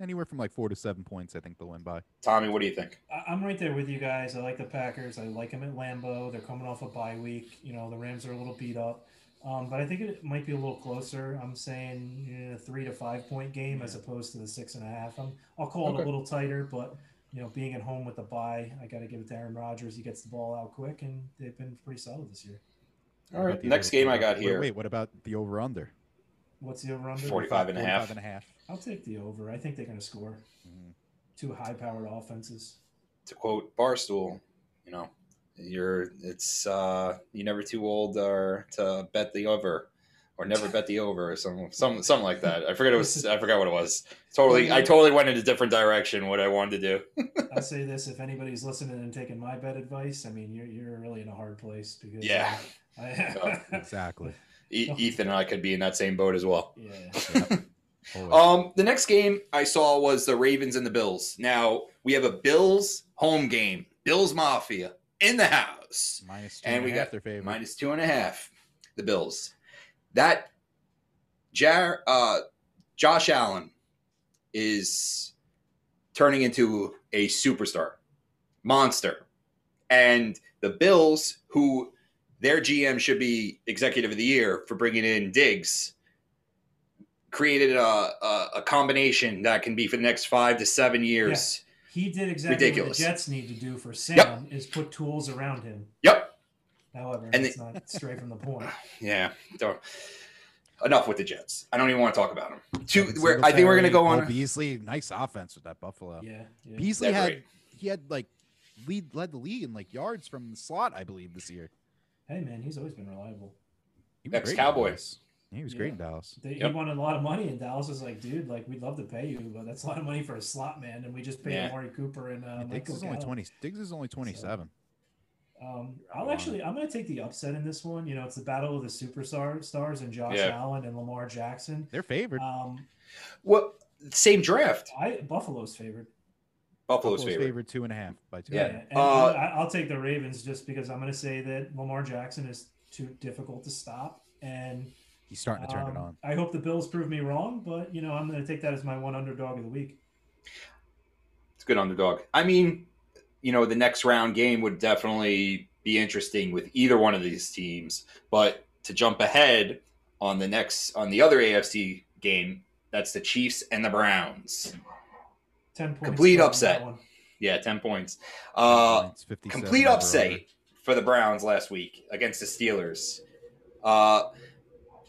[SPEAKER 3] anywhere from like four to seven points. I think they'll win by.
[SPEAKER 2] Tommy, what do you think?
[SPEAKER 1] I- I'm right there with you guys. I like the Packers. I like them at Lambeau. They're coming off a bye week. You know, the Rams are a little beat up. Um, but I think it might be a little closer. I'm saying you know, three to five point game as opposed to the six and a half. I'm, I'll call it
[SPEAKER 2] Okay.
[SPEAKER 1] a little tighter, but you know, being at home with the bye, I got to give it to Aaron Rodgers. He gets the ball out quick, and they've been pretty solid this year.
[SPEAKER 2] All
[SPEAKER 3] What
[SPEAKER 2] right,
[SPEAKER 3] about the
[SPEAKER 2] next
[SPEAKER 3] over-
[SPEAKER 2] game I
[SPEAKER 3] what
[SPEAKER 2] got
[SPEAKER 3] about-
[SPEAKER 2] here.
[SPEAKER 3] Wait, what about the over under?
[SPEAKER 1] What's the over under?
[SPEAKER 2] 40. 45 and a half.
[SPEAKER 3] and a half.
[SPEAKER 1] I'll take the over. I think they're going to score.
[SPEAKER 3] Mhm.
[SPEAKER 1] Two high powered offenses.
[SPEAKER 2] To quote Barstool, you know, you're it's uh, you're never too old or to bet the over. Or never bet the over, or some, some, something like that. I forget it was. I forgot what it was. Totally, I totally went in a different direction. What I wanted to do.
[SPEAKER 1] I say this if anybody's listening and taking my bet advice, I mean you're you're really in a hard place because uh,
[SPEAKER 2] Yeah. Oh.
[SPEAKER 1] I,
[SPEAKER 3] Exactly.
[SPEAKER 2] E- Ethan and I could be in that same boat as well.
[SPEAKER 1] yeah.
[SPEAKER 3] Always.
[SPEAKER 2] Um, the next game I saw was the Ravens and the Bills. Now we have a Bills home game. Bills Mafia in the house.
[SPEAKER 3] Minus two
[SPEAKER 2] and
[SPEAKER 3] and
[SPEAKER 2] we
[SPEAKER 3] a half,
[SPEAKER 2] got
[SPEAKER 3] their favorite.
[SPEAKER 2] Minus two and a half. The Bills. That Jar uh, Josh Allen is turning into a superstar, monster, and the Bills, who their GM should be executive of the year for bringing in Diggs, created a, a, a combination that can be for the next five to seven years.
[SPEAKER 1] He did exactly
[SPEAKER 2] Ridiculous.
[SPEAKER 1] what the Jets need to do for Sam is put tools around him.
[SPEAKER 2] Yep.
[SPEAKER 1] However,
[SPEAKER 2] And
[SPEAKER 1] it's not straight from the point.
[SPEAKER 2] Yeah. Don't. Enough with the Jets. I don't even want to talk about them. Two,
[SPEAKER 3] Devin
[SPEAKER 2] we're, I think we're going to
[SPEAKER 3] Singletary,
[SPEAKER 2] go
[SPEAKER 3] Cole
[SPEAKER 2] on.
[SPEAKER 3] Beasley, nice offense with that Buffalo.
[SPEAKER 1] Yeah. yeah.
[SPEAKER 3] Beasley
[SPEAKER 2] They're
[SPEAKER 3] had
[SPEAKER 2] great.
[SPEAKER 3] he had like lead led the league in like yards from the slot, I believe, this year.
[SPEAKER 1] Hey man, he's always been reliable.
[SPEAKER 3] He was
[SPEAKER 2] Next
[SPEAKER 3] great in
[SPEAKER 2] Cowboy.
[SPEAKER 3] Dallas. Yeah, he was great in Dallas.
[SPEAKER 1] They,
[SPEAKER 2] Yep.
[SPEAKER 1] He wanted a lot of money, and Dallas was like, "Dude, like we'd love to pay you, but that's a lot of money for a slot man." And we just paid
[SPEAKER 2] Yeah.
[SPEAKER 1] Amari Cooper and uh,
[SPEAKER 3] Yeah, Diggs
[SPEAKER 1] Michael
[SPEAKER 3] is only
[SPEAKER 1] Gallup.
[SPEAKER 3] twenty. Diggs is only twenty-seven.
[SPEAKER 1] Um,
[SPEAKER 3] You're
[SPEAKER 1] I'll
[SPEAKER 3] wrong.
[SPEAKER 1] actually I'm gonna take the upset in this one. You know, it's the battle of the superstar stars and Josh
[SPEAKER 2] Yeah.
[SPEAKER 1] Allen and Lamar Jackson.
[SPEAKER 3] They're favored.
[SPEAKER 1] Um,
[SPEAKER 2] What same draft?
[SPEAKER 1] I Buffalo's favored.
[SPEAKER 2] Buffalo's,
[SPEAKER 3] Buffalo's
[SPEAKER 2] favorite.
[SPEAKER 3] favored two and a half by two.
[SPEAKER 2] Yeah.
[SPEAKER 3] and a half.
[SPEAKER 1] and
[SPEAKER 2] Uh,
[SPEAKER 1] I, I'll take the Ravens just because I'm gonna say that Lamar Jackson is too difficult to stop, and
[SPEAKER 3] He's starting to turn it
[SPEAKER 1] um,
[SPEAKER 3] on.
[SPEAKER 1] I hope the Bills prove me wrong, but you know I'm gonna take that as my one underdog of the week.
[SPEAKER 2] It's good underdog. I mean, you know, the next round game would definitely be interesting with either one of these teams. But to jump ahead on the next on the other AFC game, that's the Chiefs and the Browns.
[SPEAKER 1] Ten points.
[SPEAKER 2] Complete
[SPEAKER 1] for that
[SPEAKER 2] upset.
[SPEAKER 1] one.
[SPEAKER 2] Yeah, ten points. Uh,
[SPEAKER 3] It's 57
[SPEAKER 2] complete
[SPEAKER 3] over
[SPEAKER 2] upset for the Browns last week against the Steelers. Uh,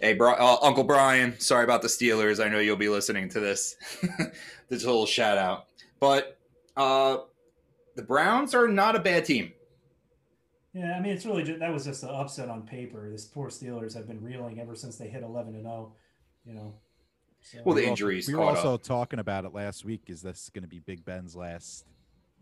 [SPEAKER 2] hey, Bri- uh, Uncle Brian, sorry about the Steelers. I know you'll be listening to this. this little shout out, but uh, the Browns are not a bad team.
[SPEAKER 1] Yeah, I mean it's really just, that was just an upset on paper. This poor Steelers have been reeling ever since they hit 11 and 0. You know. So-
[SPEAKER 2] Well,
[SPEAKER 3] We
[SPEAKER 2] the
[SPEAKER 3] were also-
[SPEAKER 2] injuries
[SPEAKER 3] We were
[SPEAKER 2] caught
[SPEAKER 3] also talking about it last week. Is this going to be Big Ben's last,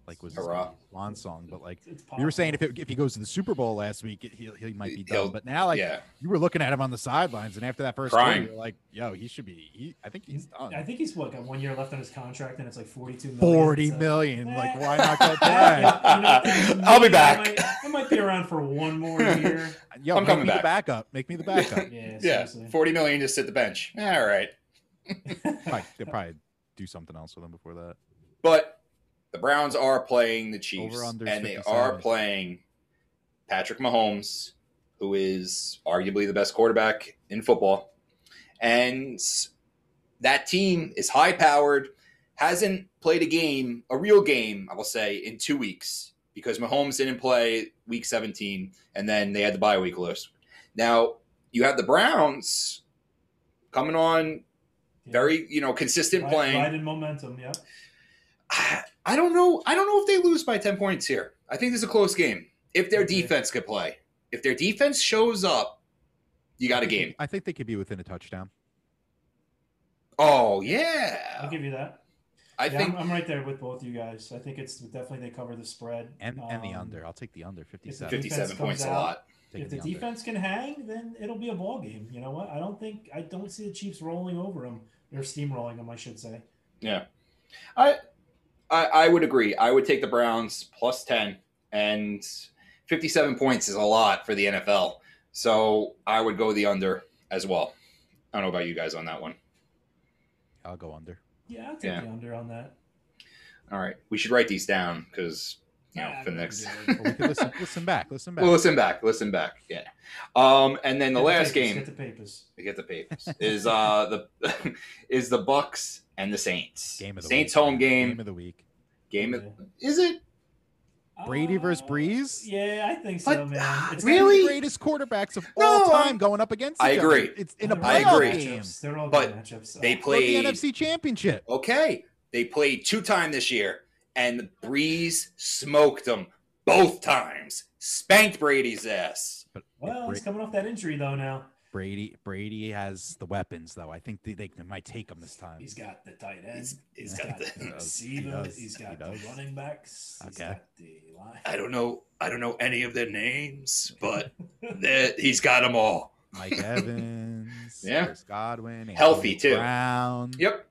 [SPEAKER 3] like, was this
[SPEAKER 2] Hurrah.
[SPEAKER 3] gonna be Juan's song? But like,
[SPEAKER 1] It's
[SPEAKER 3] we were saying,
[SPEAKER 1] possible.
[SPEAKER 3] if it, if he goes to the Super Bowl last week, it, he he might be
[SPEAKER 2] He'll-
[SPEAKER 3] done. But now, like,
[SPEAKER 2] yeah,
[SPEAKER 3] you were looking at him on the sidelines, and after that first
[SPEAKER 2] Crying.
[SPEAKER 3] quarter, you're like, yo, he should be. He, I think he's done.
[SPEAKER 1] I think he's what got one year left on his contract, and it's like forty-two million.
[SPEAKER 3] Forty
[SPEAKER 1] So-
[SPEAKER 3] million.
[SPEAKER 1] Eh.
[SPEAKER 3] Like, why not go
[SPEAKER 1] Yeah,
[SPEAKER 3] play?
[SPEAKER 1] you know, I think
[SPEAKER 2] I'll be
[SPEAKER 1] maybe
[SPEAKER 2] back.
[SPEAKER 1] I might, I might be around for one more year.
[SPEAKER 3] Yo,
[SPEAKER 2] I'm
[SPEAKER 3] make
[SPEAKER 2] coming
[SPEAKER 3] me
[SPEAKER 2] back.
[SPEAKER 3] the backup. Make me the backup.
[SPEAKER 1] Yeah,
[SPEAKER 2] yeah,
[SPEAKER 1] seriously.
[SPEAKER 2] forty million to sit the bench. All right,
[SPEAKER 3] probably, they'll probably do something else with him before that.
[SPEAKER 2] but the Browns are playing the Chiefs,
[SPEAKER 3] Over-under's
[SPEAKER 2] and they
[SPEAKER 3] 57.
[SPEAKER 2] are playing Patrick Mahomes, who is arguably the best quarterback in football, and that team is high powered, hasn't played a game, a real game, I will say, in two weeks because Mahomes didn't play week 17 and then they had the bye week list. Now, you have the Browns coming on very, you know, consistent
[SPEAKER 1] Ride-
[SPEAKER 2] playing.
[SPEAKER 1] ride in momentum. Yeah,
[SPEAKER 2] I I don't know. I don't know if they lose by 10 points here. I think this is a close game. If their
[SPEAKER 1] Okay.
[SPEAKER 2] defense could play, if their defense shows up, you got a game.
[SPEAKER 3] I think they could be within a touchdown.
[SPEAKER 2] Oh,
[SPEAKER 1] I'll
[SPEAKER 2] yeah.
[SPEAKER 1] give you that.
[SPEAKER 2] I
[SPEAKER 1] yeah,
[SPEAKER 2] think
[SPEAKER 1] I'm, I'm right there with both you guys. I think it's definitely they cover the spread
[SPEAKER 3] And, and the
[SPEAKER 1] Um,
[SPEAKER 3] under. I'll take the under
[SPEAKER 1] that
[SPEAKER 3] 57.
[SPEAKER 2] 57
[SPEAKER 1] defense comes
[SPEAKER 2] points a
[SPEAKER 1] out.
[SPEAKER 2] lot.
[SPEAKER 3] Taking
[SPEAKER 1] if the,
[SPEAKER 3] under.
[SPEAKER 1] defense can hang, then it'll be a ball game. You know what? I don't think I don't see the Chiefs rolling over them or steamrolling them. I should say.
[SPEAKER 2] Yeah. I, I I would agree. I would take the Browns plus 10 and 57 points is a lot for the NFL. So, I would go the under as well. I don't know about you guys on that one.
[SPEAKER 3] I'll go under.
[SPEAKER 1] Yeah, I'll take
[SPEAKER 2] Yeah.
[SPEAKER 1] the under on that.
[SPEAKER 2] All right. We should write these down cuz you know,
[SPEAKER 1] Ah,
[SPEAKER 2] for
[SPEAKER 1] we can
[SPEAKER 2] the next
[SPEAKER 1] do it.
[SPEAKER 3] But we could listen, listen back. Listen back.
[SPEAKER 2] Well, listen back. Listen back. Yeah. Um, and then
[SPEAKER 1] Get
[SPEAKER 2] the
[SPEAKER 1] papers,
[SPEAKER 2] last
[SPEAKER 1] Get
[SPEAKER 2] game
[SPEAKER 1] the papers.
[SPEAKER 2] we get the papers is uh the is the Bucks and the Saints.
[SPEAKER 3] game of the
[SPEAKER 2] Saints
[SPEAKER 3] week.
[SPEAKER 2] home game.
[SPEAKER 3] Game of the week.
[SPEAKER 2] Game of is it?
[SPEAKER 3] Brady versus
[SPEAKER 1] Uh,
[SPEAKER 3] Breeze? uh,
[SPEAKER 1] Yeah, I think so,
[SPEAKER 2] But, ah,
[SPEAKER 1] man. It's
[SPEAKER 3] Two of the
[SPEAKER 2] Really?
[SPEAKER 3] greatest quarterbacks of
[SPEAKER 2] No,
[SPEAKER 3] all
[SPEAKER 2] I'm-
[SPEAKER 3] time going up against.
[SPEAKER 2] I
[SPEAKER 3] each other.
[SPEAKER 2] agree.
[SPEAKER 3] It's in a
[SPEAKER 1] They're all
[SPEAKER 2] I
[SPEAKER 3] playoff
[SPEAKER 2] agree.
[SPEAKER 1] good
[SPEAKER 3] game.
[SPEAKER 1] matchups. They're all
[SPEAKER 2] But
[SPEAKER 1] good matchups. so-
[SPEAKER 2] They
[SPEAKER 3] Wrote the
[SPEAKER 2] played
[SPEAKER 3] NFC Championship.
[SPEAKER 2] okay. They played two time this year, and the Breeze smoked them both times. Spanked Brady's ass.
[SPEAKER 3] But
[SPEAKER 1] well,
[SPEAKER 3] Bra-
[SPEAKER 1] he's coming off that injury though. Now
[SPEAKER 3] Brady, Brady has the weapons though. I think they, they might take him this time.
[SPEAKER 1] he's got the tight end.
[SPEAKER 2] He's- he's
[SPEAKER 1] got
[SPEAKER 2] got
[SPEAKER 1] the
[SPEAKER 2] the- He
[SPEAKER 3] does. He
[SPEAKER 1] receiver.
[SPEAKER 3] does.
[SPEAKER 1] He's
[SPEAKER 3] He
[SPEAKER 1] got the
[SPEAKER 3] does.
[SPEAKER 1] running backs. He's
[SPEAKER 3] Okay.
[SPEAKER 1] got the line.
[SPEAKER 2] I don't know. I don't know any of their names, but that he's got them all.
[SPEAKER 3] Mike Evans,
[SPEAKER 2] Yeah.
[SPEAKER 3] Chris Godwin,
[SPEAKER 2] Healthy,
[SPEAKER 3] Antonio
[SPEAKER 2] too.
[SPEAKER 3] Brown.
[SPEAKER 2] Yep.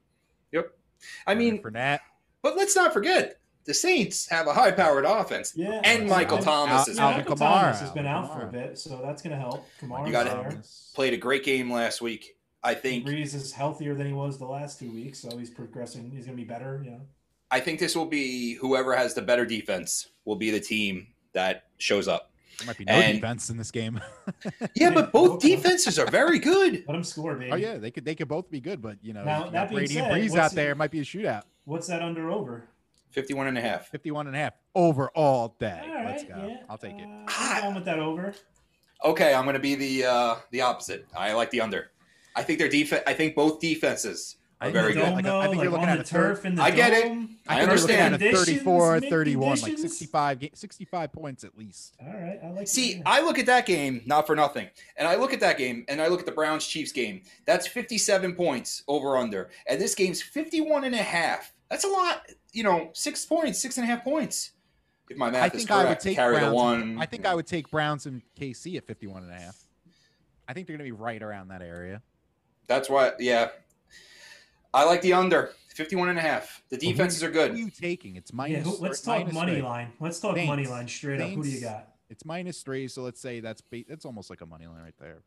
[SPEAKER 2] Yep. I
[SPEAKER 3] Leonard
[SPEAKER 2] mean,
[SPEAKER 3] Fournette,
[SPEAKER 2] but let's not forget the Saints have a high powered offense.
[SPEAKER 1] Yeah,
[SPEAKER 2] And Michael
[SPEAKER 1] Al-
[SPEAKER 2] Thomas is
[SPEAKER 1] Yeah,
[SPEAKER 2] out.
[SPEAKER 3] Alvin
[SPEAKER 1] Michael
[SPEAKER 3] Kamara,
[SPEAKER 1] Thomas has been
[SPEAKER 3] Alvin
[SPEAKER 1] out for a
[SPEAKER 3] Kamara.
[SPEAKER 1] bit, so that's going to help. Kamara's
[SPEAKER 2] You got it.
[SPEAKER 1] there.
[SPEAKER 2] Played a great game last week. I think
[SPEAKER 1] Breeze is healthier than he was the last two weeks, so he's progressing. He's going to be better. You know,
[SPEAKER 2] I think this will be whoever has the better defense will be the team that shows up.
[SPEAKER 3] There might be no
[SPEAKER 2] And-
[SPEAKER 3] defense in this game.
[SPEAKER 2] Yeah, but both
[SPEAKER 1] Okay.
[SPEAKER 2] defenses are very good.
[SPEAKER 1] let him score, baby.
[SPEAKER 3] oh yeah, they could they could both be good, but you know,
[SPEAKER 1] Now,
[SPEAKER 3] you got
[SPEAKER 1] that being
[SPEAKER 3] Brady
[SPEAKER 1] said,
[SPEAKER 3] and Breeze
[SPEAKER 1] what's
[SPEAKER 3] out
[SPEAKER 1] the-
[SPEAKER 3] there it might be a shootout.
[SPEAKER 1] What's that under over?
[SPEAKER 2] 51 and a half.
[SPEAKER 3] 51 and a half overall day.
[SPEAKER 1] All right,
[SPEAKER 3] Let's go.
[SPEAKER 1] yeah.
[SPEAKER 3] I'll take it.
[SPEAKER 1] Uh,
[SPEAKER 3] Ah!
[SPEAKER 1] I'm going with that over.
[SPEAKER 2] Okay, I'm going to be the uh, the opposite. I like the under. I think their defense. I think both defenses are
[SPEAKER 3] I think
[SPEAKER 2] very
[SPEAKER 3] they're
[SPEAKER 2] good.
[SPEAKER 3] like a-
[SPEAKER 1] though,
[SPEAKER 3] I think you're looking
[SPEAKER 1] on
[SPEAKER 3] at
[SPEAKER 1] the
[SPEAKER 3] a third-
[SPEAKER 1] turf in the
[SPEAKER 2] I get it.
[SPEAKER 1] dome.
[SPEAKER 2] I
[SPEAKER 3] think they're looking
[SPEAKER 2] understand.
[SPEAKER 3] at a 34,
[SPEAKER 1] Conditions, mid
[SPEAKER 3] 31, like
[SPEAKER 1] conditions.
[SPEAKER 3] 65, ga- 65 points at least.
[SPEAKER 1] All right, I like.
[SPEAKER 2] See,
[SPEAKER 1] that.
[SPEAKER 2] I look at that game not for nothing, and I look at that game, and I look at the Browns Chiefs game. That's 57 points over under, and this game's 51 and a half. That's a lot. You know, six points, six and a half points. If my math
[SPEAKER 3] I
[SPEAKER 2] is
[SPEAKER 3] think
[SPEAKER 2] correct,
[SPEAKER 3] I would take
[SPEAKER 2] carry
[SPEAKER 3] Browns.
[SPEAKER 2] the one.
[SPEAKER 3] I think I would take Browns and KC at 51 and a half. I think they're going to be right around that area.
[SPEAKER 2] That's why, yeah. I like the under 51 and a half. The
[SPEAKER 3] who-
[SPEAKER 2] defenses are
[SPEAKER 3] Who are
[SPEAKER 2] good.
[SPEAKER 3] you taking? It's
[SPEAKER 1] yeah,
[SPEAKER 3] minus.
[SPEAKER 1] who, let's
[SPEAKER 3] three-
[SPEAKER 1] talk
[SPEAKER 3] minus
[SPEAKER 1] money
[SPEAKER 3] three.
[SPEAKER 1] line. Let's talk money
[SPEAKER 3] Saints.
[SPEAKER 1] line straight up. Who do you
[SPEAKER 3] Saints.
[SPEAKER 1] got?
[SPEAKER 3] It's minus three, so let's say that's ba- that's almost like a money line right there.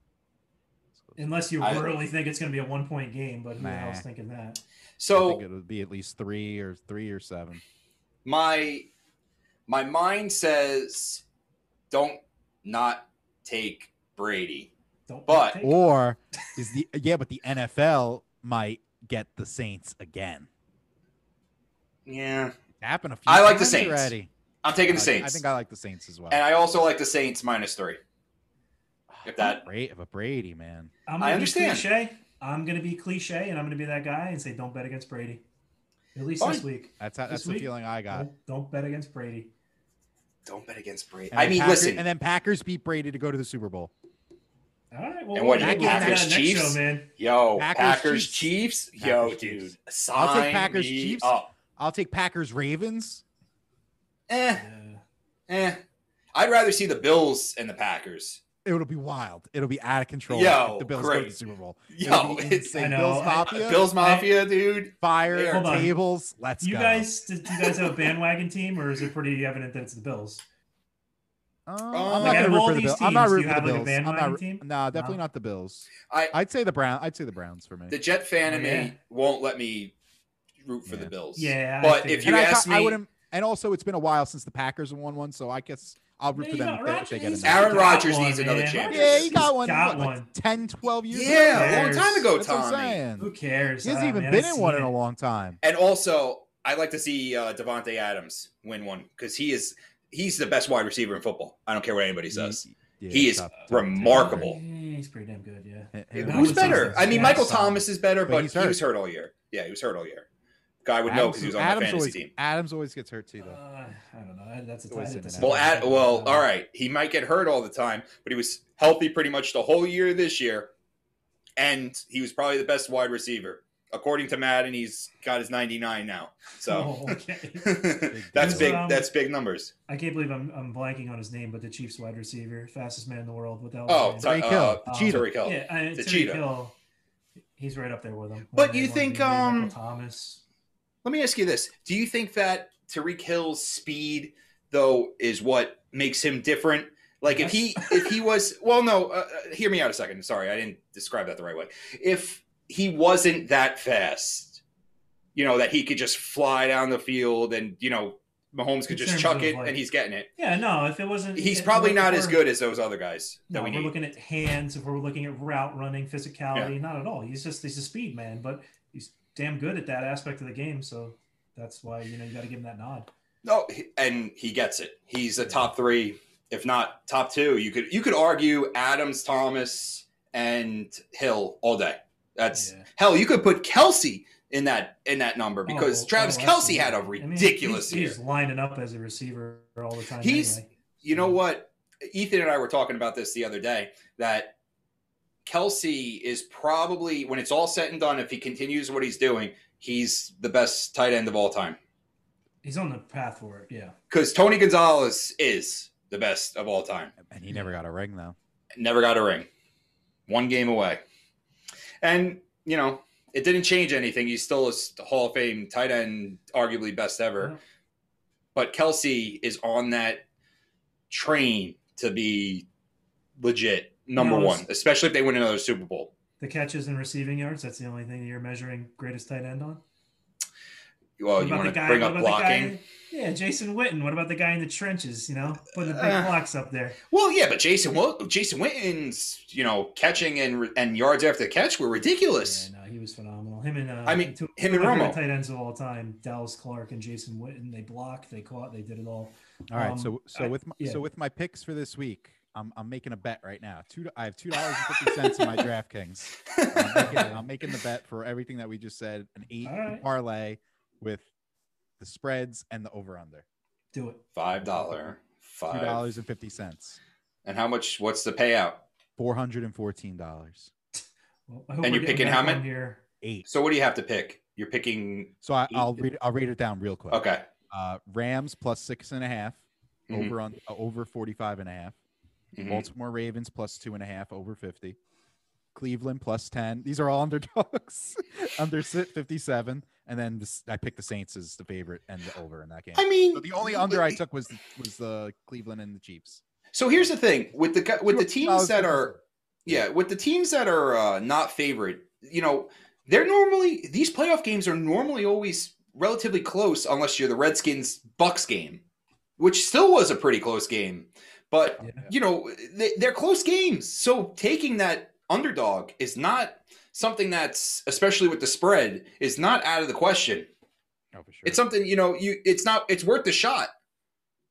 [SPEAKER 3] So
[SPEAKER 1] Unless you
[SPEAKER 2] I-
[SPEAKER 1] really think it's going to be a one point game, but who the
[SPEAKER 3] Nah.
[SPEAKER 1] hell's thinking that?
[SPEAKER 3] I
[SPEAKER 2] So
[SPEAKER 3] think it would be at least three or three or seven.
[SPEAKER 2] my my mind says don't not take Brady.
[SPEAKER 1] Don't
[SPEAKER 2] But- Oh,
[SPEAKER 1] take it.
[SPEAKER 3] Or is the yeah, but the NFL might get the Saints again.
[SPEAKER 2] Yeah.
[SPEAKER 3] Happened a few.
[SPEAKER 2] I like the
[SPEAKER 3] times
[SPEAKER 2] Saints.
[SPEAKER 3] already.
[SPEAKER 2] I'm taking
[SPEAKER 3] I-
[SPEAKER 2] the Saints.
[SPEAKER 3] I think I like the Saints as well.
[SPEAKER 2] and I also like the Saints minus three. If that
[SPEAKER 3] Bra- but Brady, man.
[SPEAKER 1] I'm
[SPEAKER 2] I
[SPEAKER 1] gonna
[SPEAKER 2] understand.
[SPEAKER 1] Be cliche. I'm going to be cliche, and I'm going to be that guy and say, don't bet against Brady. At least this
[SPEAKER 2] Fine.
[SPEAKER 1] week.
[SPEAKER 3] That's how,
[SPEAKER 1] This
[SPEAKER 3] that's the
[SPEAKER 1] week,
[SPEAKER 3] feeling I got.
[SPEAKER 1] Don't, don't bet against Brady.
[SPEAKER 2] don't bet against Brady.
[SPEAKER 3] And
[SPEAKER 2] I
[SPEAKER 3] then
[SPEAKER 2] mean,
[SPEAKER 3] Packers-
[SPEAKER 2] listen,
[SPEAKER 3] And then Packers beat Brady to go to the Super Bowl.
[SPEAKER 1] All right. Well,
[SPEAKER 2] And what,
[SPEAKER 1] we'll
[SPEAKER 3] you
[SPEAKER 1] do that
[SPEAKER 3] Packers,
[SPEAKER 1] next
[SPEAKER 2] Chiefs?
[SPEAKER 1] show, man.
[SPEAKER 2] yo,
[SPEAKER 3] Packers,
[SPEAKER 2] Packers, Chiefs, yo,
[SPEAKER 3] Packers,
[SPEAKER 2] dude,
[SPEAKER 3] Chiefs.
[SPEAKER 2] sign
[SPEAKER 3] I'll take Packers,
[SPEAKER 2] me
[SPEAKER 3] Chiefs.
[SPEAKER 2] up.
[SPEAKER 3] I'll take Packers Ravens.
[SPEAKER 2] Eh, eh. I'd rather see the Bills and the Packers.
[SPEAKER 3] It'll be wild. It'll be out of control.
[SPEAKER 2] Yo,
[SPEAKER 3] if the Bills go to
[SPEAKER 2] great.
[SPEAKER 3] the Super Bowl. It'll
[SPEAKER 2] Yo,
[SPEAKER 3] be
[SPEAKER 2] it's
[SPEAKER 3] insane.
[SPEAKER 1] I know.
[SPEAKER 3] Bills
[SPEAKER 1] I-
[SPEAKER 3] Mafia,
[SPEAKER 2] Bills Mafia, dude.
[SPEAKER 3] fire
[SPEAKER 1] Hold on.
[SPEAKER 3] tables. Let's
[SPEAKER 1] You
[SPEAKER 3] go.
[SPEAKER 1] guys, do you guys have a bandwagon team, or is it pretty evident that it's the Bills?
[SPEAKER 3] Um,
[SPEAKER 2] Like,
[SPEAKER 3] I'm
[SPEAKER 2] out
[SPEAKER 3] not
[SPEAKER 2] of
[SPEAKER 3] gonna root
[SPEAKER 1] all
[SPEAKER 3] for the
[SPEAKER 1] these
[SPEAKER 3] Bills. I'm not
[SPEAKER 1] teams, do you
[SPEAKER 3] rooting for
[SPEAKER 1] have,
[SPEAKER 3] the
[SPEAKER 1] like, a
[SPEAKER 3] Bills. I'm
[SPEAKER 1] bandwagon
[SPEAKER 3] not.
[SPEAKER 1] team?
[SPEAKER 3] Nah, definitely
[SPEAKER 1] No.
[SPEAKER 3] not the Bills.
[SPEAKER 2] I
[SPEAKER 3] I'd say the Brown. I'd say the Browns for me.
[SPEAKER 2] the Jet fan in
[SPEAKER 1] Oh, yeah.
[SPEAKER 2] me won't let me root for
[SPEAKER 3] Yeah.
[SPEAKER 2] the Bills.
[SPEAKER 1] Yeah. I
[SPEAKER 2] But
[SPEAKER 1] figured.
[SPEAKER 2] if
[SPEAKER 3] and
[SPEAKER 2] you
[SPEAKER 3] I,
[SPEAKER 2] ask
[SPEAKER 3] ca- I
[SPEAKER 2] me-
[SPEAKER 3] wouldn't. And also, it's been a while since the Packers have won one, so I guess I'll root
[SPEAKER 1] Yeah,
[SPEAKER 3] for
[SPEAKER 1] you
[SPEAKER 3] them
[SPEAKER 1] got
[SPEAKER 3] if they, if they
[SPEAKER 1] Rodgers.
[SPEAKER 3] get
[SPEAKER 1] He's
[SPEAKER 3] another.
[SPEAKER 2] Aaron
[SPEAKER 1] got
[SPEAKER 2] Rodgers
[SPEAKER 1] one,
[SPEAKER 2] needs another
[SPEAKER 1] man.
[SPEAKER 2] champion.
[SPEAKER 3] Yeah, he got one.
[SPEAKER 1] Got
[SPEAKER 3] what, like
[SPEAKER 1] one.
[SPEAKER 3] 10, 12 years
[SPEAKER 2] Yeah, a long
[SPEAKER 1] Bears.
[SPEAKER 2] time ago,
[SPEAKER 3] That's what I'm
[SPEAKER 2] Tommy.
[SPEAKER 1] Who
[SPEAKER 3] saying.
[SPEAKER 1] cares?
[SPEAKER 3] He hasn't
[SPEAKER 1] Ah,
[SPEAKER 3] even
[SPEAKER 1] man,
[SPEAKER 3] been
[SPEAKER 1] I've
[SPEAKER 3] in one
[SPEAKER 1] seen
[SPEAKER 3] in a
[SPEAKER 1] it.
[SPEAKER 3] long time.
[SPEAKER 2] And also, I like to see uh, Devonte Adams win one because he is he's the best wide receiver in football. I don't care what anybody says.
[SPEAKER 3] Yeah,
[SPEAKER 2] He is
[SPEAKER 3] top- top
[SPEAKER 2] remarkable.
[SPEAKER 1] Yeah, he's pretty damn good. Yeah.
[SPEAKER 3] tier.
[SPEAKER 1] Yeah,
[SPEAKER 2] Who's
[SPEAKER 1] Adams
[SPEAKER 2] better?
[SPEAKER 1] is-
[SPEAKER 2] I mean,
[SPEAKER 1] yeah,
[SPEAKER 2] Michael
[SPEAKER 1] solid.
[SPEAKER 2] Thomas is better,
[SPEAKER 3] But
[SPEAKER 2] but,
[SPEAKER 3] he's
[SPEAKER 2] he was
[SPEAKER 3] hurt.
[SPEAKER 2] hurt all year. Yeah, he was hurt all year. Guy would know because he was on
[SPEAKER 3] Adams
[SPEAKER 2] my fantasy
[SPEAKER 3] always,
[SPEAKER 2] team.
[SPEAKER 3] Adams always gets hurt too, though.
[SPEAKER 1] Uh, I don't know. That- That's a
[SPEAKER 3] Always
[SPEAKER 1] tight-
[SPEAKER 3] in
[SPEAKER 1] that's
[SPEAKER 3] and
[SPEAKER 1] a
[SPEAKER 3] out.
[SPEAKER 2] Well,
[SPEAKER 1] tight-
[SPEAKER 2] at, well, all right. He might get hurt all the time, but he was healthy pretty much the whole year this year, and he was probably the best wide receiver according to Madden. He's got his 99 now, so
[SPEAKER 1] Oh, okay.
[SPEAKER 2] that's
[SPEAKER 3] deal.
[SPEAKER 2] big.
[SPEAKER 1] Um,
[SPEAKER 2] That's big numbers.
[SPEAKER 1] I can't believe I'm, I'm blanking on his name, but the Chiefs wide receiver, fastest man in the world. What the hell
[SPEAKER 2] Oh,
[SPEAKER 1] was his
[SPEAKER 2] Ty-
[SPEAKER 1] name?
[SPEAKER 3] Tyreek
[SPEAKER 2] uh,
[SPEAKER 3] Hill.
[SPEAKER 1] Um,
[SPEAKER 3] Cheetah.
[SPEAKER 2] Tyreek Hill.
[SPEAKER 1] yeah, I,
[SPEAKER 2] The
[SPEAKER 1] Tyreek
[SPEAKER 2] cheetah.
[SPEAKER 1] Hill, he's right up there with him.
[SPEAKER 2] But
[SPEAKER 1] One
[SPEAKER 2] you
[SPEAKER 1] A, one
[SPEAKER 2] think,
[SPEAKER 1] B, Michael
[SPEAKER 2] um,
[SPEAKER 1] Thomas?
[SPEAKER 2] Let me ask you this: Do you think that Tariq Hill's speed, though, is what makes him different? Like if he if he was well, no, uh, uh, hear me out a second. Sorry, I didn't describe that the right way. If he wasn't that fast, you know that he could just fly down the field, and you know Mahomes
[SPEAKER 1] In
[SPEAKER 2] could just
[SPEAKER 1] terms
[SPEAKER 2] chuck
[SPEAKER 1] of,
[SPEAKER 2] it,
[SPEAKER 1] like-
[SPEAKER 2] and he's getting it.
[SPEAKER 1] Yeah, no. If it wasn't,
[SPEAKER 2] He's
[SPEAKER 1] if
[SPEAKER 2] probably
[SPEAKER 1] we're-
[SPEAKER 2] not
[SPEAKER 1] if
[SPEAKER 2] as
[SPEAKER 1] we're-
[SPEAKER 2] good as those other guys that
[SPEAKER 1] No,
[SPEAKER 2] we
[SPEAKER 1] we're
[SPEAKER 2] need.
[SPEAKER 1] looking at hands. If we're looking at route running, physicality, not at all. He's just he's a speed man, but he's damn good at that aspect of the game. So that's why you know you got to give him that nod.
[SPEAKER 2] No, he- and he gets it. He's a top three, if not top two. You could you could argue Adams, Thomas, and Hill all day. That's
[SPEAKER 1] Yeah.
[SPEAKER 2] hell. You could put Kelsey in that in that number because
[SPEAKER 1] Oh,
[SPEAKER 2] Travis
[SPEAKER 1] oh,
[SPEAKER 2] Kelsey
[SPEAKER 1] absolutely.
[SPEAKER 2] had a
[SPEAKER 1] I mean,
[SPEAKER 2] ridiculous
[SPEAKER 1] he's,
[SPEAKER 2] year.
[SPEAKER 1] he's lining up as a receiver all the time.
[SPEAKER 2] He's-
[SPEAKER 1] anyway.
[SPEAKER 2] you know what? Ethan and I were talking about this the other day that Kelsey is probably when it's all said and done, if he continues what he's doing, he's the best tight end of all time.
[SPEAKER 1] he's on the path for it. Yeah,
[SPEAKER 2] Because Tony Gonzalez is the best of all time.
[SPEAKER 3] And he
[SPEAKER 2] Mm.
[SPEAKER 3] never got a ring, though.
[SPEAKER 2] never got a ring. One game away. And, you know, it didn't change anything. He's still a s- Hall of Fame tight end, arguably best ever.
[SPEAKER 1] Yeah.
[SPEAKER 2] But Kelsey is on that train to be legit number
[SPEAKER 1] Now it's-
[SPEAKER 2] one, especially if they win another Super Bowl.
[SPEAKER 1] the catches and receiving yards. That's the only thing you're measuring greatest tight end on.
[SPEAKER 2] Well,
[SPEAKER 1] What
[SPEAKER 2] Oh, you
[SPEAKER 1] about
[SPEAKER 2] want
[SPEAKER 1] the
[SPEAKER 2] to
[SPEAKER 1] guy-
[SPEAKER 2] bring
[SPEAKER 1] what
[SPEAKER 2] up
[SPEAKER 1] about the guy-
[SPEAKER 2] blocking?
[SPEAKER 1] Yeah, Jason Witten. What about the guy in the trenches? You know, putting the big
[SPEAKER 2] Uh,
[SPEAKER 1] blocks up there.
[SPEAKER 2] Well, yeah, but Jason, Wil- Jason Witten's, you know, catching and re- and yards after the catch were ridiculous.
[SPEAKER 1] Yeah, no, he was phenomenal. Him and uh,
[SPEAKER 2] I mean,
[SPEAKER 1] two,
[SPEAKER 2] him and
[SPEAKER 1] my favorite
[SPEAKER 2] Romo.
[SPEAKER 1] tight ends of all time, Dallas Clark and Jason Witten. They blocked, they caught, they did it all.
[SPEAKER 3] All right,
[SPEAKER 1] Um,
[SPEAKER 3] so so
[SPEAKER 1] I-
[SPEAKER 3] with my,
[SPEAKER 1] yeah.
[SPEAKER 3] so with my picks for this week, I'm I'm making a bet right now. Two, I have two dollars and fifty cents in my DraftKings. I'm making, I'm making the bet for everything that we just said, an eight
[SPEAKER 1] All right.
[SPEAKER 3] parlay with the spreads and the over under.
[SPEAKER 1] Do it.
[SPEAKER 2] Five dollar,
[SPEAKER 3] Two
[SPEAKER 2] five.
[SPEAKER 3] dollars and fifty cents,
[SPEAKER 2] And how much? What's the payout?
[SPEAKER 3] four hundred and fourteen dollars,
[SPEAKER 1] Well, I hope
[SPEAKER 2] And
[SPEAKER 1] we're
[SPEAKER 2] you're
[SPEAKER 1] getting
[SPEAKER 2] picking
[SPEAKER 1] back
[SPEAKER 2] how
[SPEAKER 1] on
[SPEAKER 2] many?
[SPEAKER 1] Here.
[SPEAKER 3] eight.
[SPEAKER 2] So what do you have to pick? You're picking.
[SPEAKER 3] So I,
[SPEAKER 2] Eight.
[SPEAKER 3] I'll read I'll read it down real quick.
[SPEAKER 2] Okay.
[SPEAKER 3] Uh, Rams plus six and a half,
[SPEAKER 2] Mhm.
[SPEAKER 3] over on uh, over 45 and a half.
[SPEAKER 2] Mhm.
[SPEAKER 3] Baltimore Ravens plus two and a half over 50. Cleveland plus 10. These are all underdogs. Under si- 57. And then this, I picked the Saints as the favorite and the over in that game.
[SPEAKER 2] I mean,
[SPEAKER 3] So the only under I took was was the Cleveland and the Chiefs.
[SPEAKER 2] So here's the thing with the gu- with the teams that are yeah with the teams that are uh, not favored. You know, they're normally these playoff games are normally always relatively close unless you're the Redskins Bucks game, which still was a pretty close game. But
[SPEAKER 1] Yeah.
[SPEAKER 2] you know they, they're close games, so taking that underdog is not something that's especially with the spread is not out of the question.
[SPEAKER 3] Oh, for sure.
[SPEAKER 2] It's something you know. You it's not. It's worth the shot,